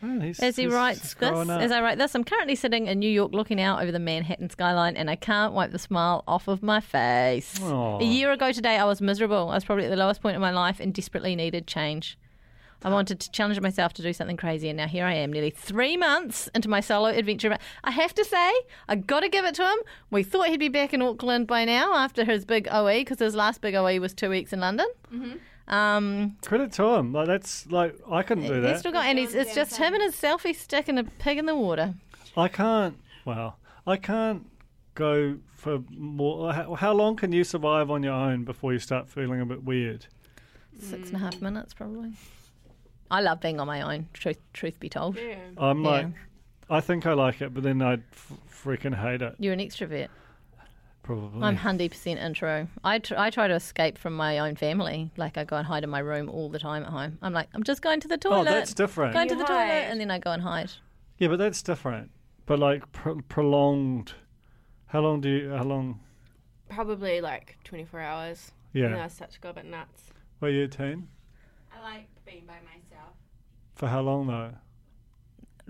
[SPEAKER 2] man, Oh, he's-
[SPEAKER 5] As he
[SPEAKER 2] he's-
[SPEAKER 5] writes
[SPEAKER 2] he's
[SPEAKER 5] this,
[SPEAKER 2] growing up.
[SPEAKER 5] as I write this, I'm currently sitting in New York, looking out over the Manhattan skyline, and I can't wipe the smile off of my face.
[SPEAKER 2] Aw.
[SPEAKER 5] A year ago today, I was miserable. I was probably at the lowest point in my life and desperately needed change. I wanted to challenge myself to do something crazy, and now here I am, nearly three months into my solo adventure. I have to say, I got to give it to him. We thought he'd be back in Auckland by now after his big OE, because his last big OE was two weeks in London. Um,
[SPEAKER 2] Credit to him. Like that's like I couldn't do
[SPEAKER 5] he's
[SPEAKER 2] that.
[SPEAKER 5] still got, and he's, it's just him and his selfie stick and a pig in the water.
[SPEAKER 2] I can't. Well, I can't go for more. How, how long can you survive on your own before you start feeling a bit weird?
[SPEAKER 5] Six and a half minutes, probably. I love being on my own. Truth, truth be told,
[SPEAKER 2] I'm
[SPEAKER 5] Yeah.
[SPEAKER 2] like, I think I like it, but then I'd f- freaking hate it. Oh,
[SPEAKER 5] you're an extrovert.
[SPEAKER 2] Probably.
[SPEAKER 5] I'm hundred percent intro. I tr- I try to escape from my own family. Like I go and hide in my room all the time at home. I'm like, I'm just going to the toilet.
[SPEAKER 2] oh, that's different.
[SPEAKER 5] Going to
[SPEAKER 4] You
[SPEAKER 5] the
[SPEAKER 4] hide.
[SPEAKER 5] toilet, and then I go and hide.
[SPEAKER 2] Yeah, but that's different. But like pro- prolonged. How long do you? How long?
[SPEAKER 4] Probably like 24 hours.
[SPEAKER 2] Yeah.
[SPEAKER 4] And I was such a go a bit nuts.
[SPEAKER 2] Were you ten?
[SPEAKER 7] I like being by myself.
[SPEAKER 2] For how long though?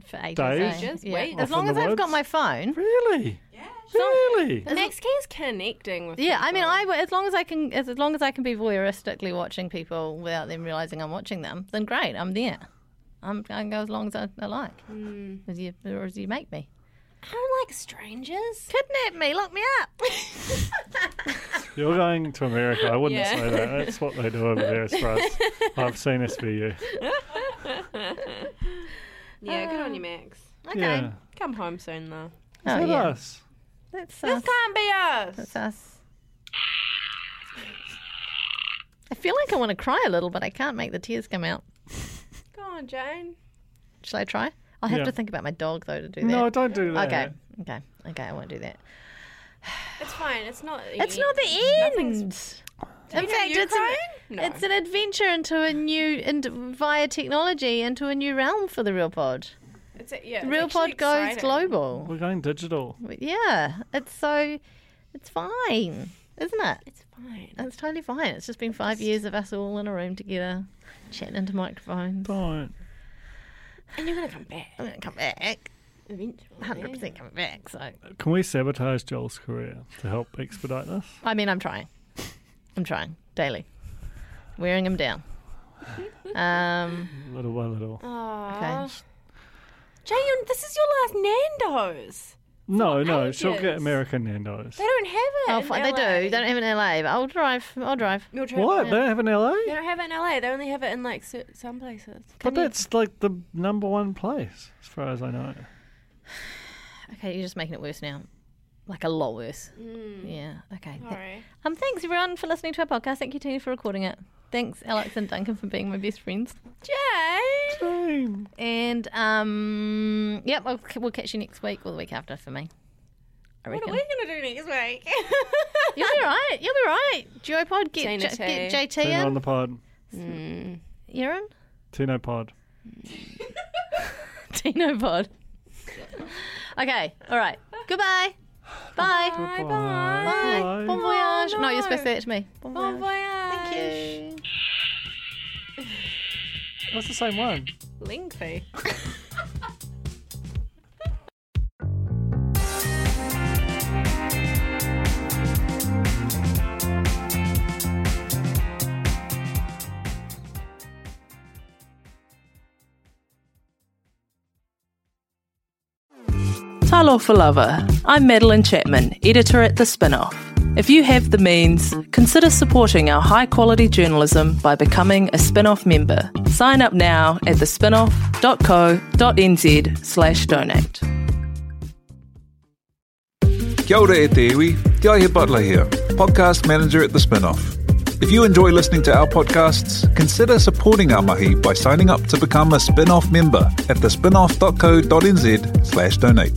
[SPEAKER 5] For ages.
[SPEAKER 2] Days?
[SPEAKER 5] eh?
[SPEAKER 4] Ages?
[SPEAKER 5] Yeah.
[SPEAKER 4] Wait.
[SPEAKER 5] As
[SPEAKER 2] Off in
[SPEAKER 5] long
[SPEAKER 2] the
[SPEAKER 5] as I've got
[SPEAKER 2] woods?
[SPEAKER 5] my phone.
[SPEAKER 2] Really?
[SPEAKER 7] Yeah.
[SPEAKER 2] Really?
[SPEAKER 4] The next key is connecting with
[SPEAKER 5] Yeah, I mean,
[SPEAKER 4] people.
[SPEAKER 5] I as long as I can, as long as I can be voyeuristically watching people without them realizing I'm watching them, then great, I'm there. I'm, I can go as long as I, I like, as you, or as you make me.
[SPEAKER 4] I don't Hmm. like strangers.
[SPEAKER 5] Kidnap me, lock me up.
[SPEAKER 2] You're going to America. I wouldn't
[SPEAKER 4] Yeah.
[SPEAKER 2] say that. That's what they do over there, as far as I've seen SVU.
[SPEAKER 4] Yeah, good on you, Max.
[SPEAKER 5] Okay.
[SPEAKER 2] Yeah.
[SPEAKER 4] Come home soon, though.
[SPEAKER 5] Oh,
[SPEAKER 2] Look at
[SPEAKER 5] yeah.
[SPEAKER 2] us.
[SPEAKER 5] That's
[SPEAKER 4] This
[SPEAKER 5] us.
[SPEAKER 4] can't be us.
[SPEAKER 5] That's us. I feel like I want to cry a little, but I can't make the tears come out.
[SPEAKER 4] Go on, Jane.
[SPEAKER 5] Shall I try? I'll have
[SPEAKER 2] Yeah.
[SPEAKER 5] to think about my dog though to do that.
[SPEAKER 2] No, don't do that.
[SPEAKER 5] Okay. Okay. Okay. I won't do that.
[SPEAKER 4] It's fine. It's not.
[SPEAKER 5] It's not the end. In fact,
[SPEAKER 4] you
[SPEAKER 5] it's an,
[SPEAKER 4] No.
[SPEAKER 5] it's an adventure into a new and via technology into a new realm for the Real Pod.
[SPEAKER 4] It's a, yeah,
[SPEAKER 5] The
[SPEAKER 4] it's
[SPEAKER 5] Real
[SPEAKER 4] actually
[SPEAKER 5] Pod goes
[SPEAKER 4] exciting.
[SPEAKER 5] global.
[SPEAKER 2] We're going digital.
[SPEAKER 5] But yeah, it's so it's fine, isn't it?
[SPEAKER 4] It's fine.
[SPEAKER 5] It's totally fine. It's just been five years of us all in a room together, chatting into microphones.
[SPEAKER 2] Don't.
[SPEAKER 4] And you're gonna come back
[SPEAKER 5] I'm gonna come back, hundred
[SPEAKER 4] eventually.
[SPEAKER 5] percent coming back. So
[SPEAKER 2] Can we sabotage Joel's career to help expedite this?
[SPEAKER 5] I mean, I'm trying. I'm trying daily, wearing him down. Um,
[SPEAKER 2] Little by little.
[SPEAKER 4] Uh, Aww.
[SPEAKER 5] okay.
[SPEAKER 4] Jane, you're- this is your last Nando's.
[SPEAKER 2] No, no, she'll get
[SPEAKER 4] ages.
[SPEAKER 2] American Nando's.
[SPEAKER 4] They don't have it.
[SPEAKER 5] Oh,
[SPEAKER 4] in
[SPEAKER 5] fine. They
[SPEAKER 4] LA.
[SPEAKER 5] do. They don't have it in LA, but I'll drive. I'll drive.
[SPEAKER 4] You'll try-
[SPEAKER 2] What? They
[SPEAKER 4] They
[SPEAKER 2] don't have an LA?
[SPEAKER 4] don't have it in LA. They only have it in like cer- some places.
[SPEAKER 2] But that's like the number one place, as far as I know.
[SPEAKER 5] Okay, you're just making it worse now. Like a lot worse. Yeah. Okay. Th-
[SPEAKER 4] Sorry.
[SPEAKER 5] Um. Thanks everyone for listening to our podcast. Thank you, Tony, for recording it. Thanks, Alex and Duncan, for being my best friends.
[SPEAKER 4] Jane.
[SPEAKER 2] Same.
[SPEAKER 5] And um, yep, I'll, we'll catch you next week or the week after for me. I
[SPEAKER 4] What
[SPEAKER 5] reckon.
[SPEAKER 4] are we gonna do next week?
[SPEAKER 5] You'll be right. You'll be right. Duopod, get,
[SPEAKER 4] Tina
[SPEAKER 5] J-
[SPEAKER 4] T.
[SPEAKER 5] get JT
[SPEAKER 2] Tino on
[SPEAKER 5] in.
[SPEAKER 2] the pod.
[SPEAKER 5] You're in.
[SPEAKER 2] Tino pod.
[SPEAKER 5] Tino Pod. okay. All right. Goodbye. Bye. Bye. Bye.
[SPEAKER 2] Bye.
[SPEAKER 5] Bon voyage. no. you're supposed to say it to me. Bon
[SPEAKER 4] Bon
[SPEAKER 5] voyage.
[SPEAKER 4] Oh, voyage.
[SPEAKER 5] Mm. Thank you.
[SPEAKER 2] That's the same one.
[SPEAKER 4] Lengthy.
[SPEAKER 10] Talo for Lover. I'm Madeline Chapman, editor at The Spinoff. If you have the means, consider supporting our high quality journalism by becoming a Spinoff member. Sign up now at thespinoff.co.nz slash donate.
[SPEAKER 1] Kia ora e te iwi, Te Aihe Butler here, podcast manager at The Spinoff. If you enjoy listening to our podcasts, consider supporting our mahi by signing up to become a spin-off member at thespinoff.co.nz slash donate.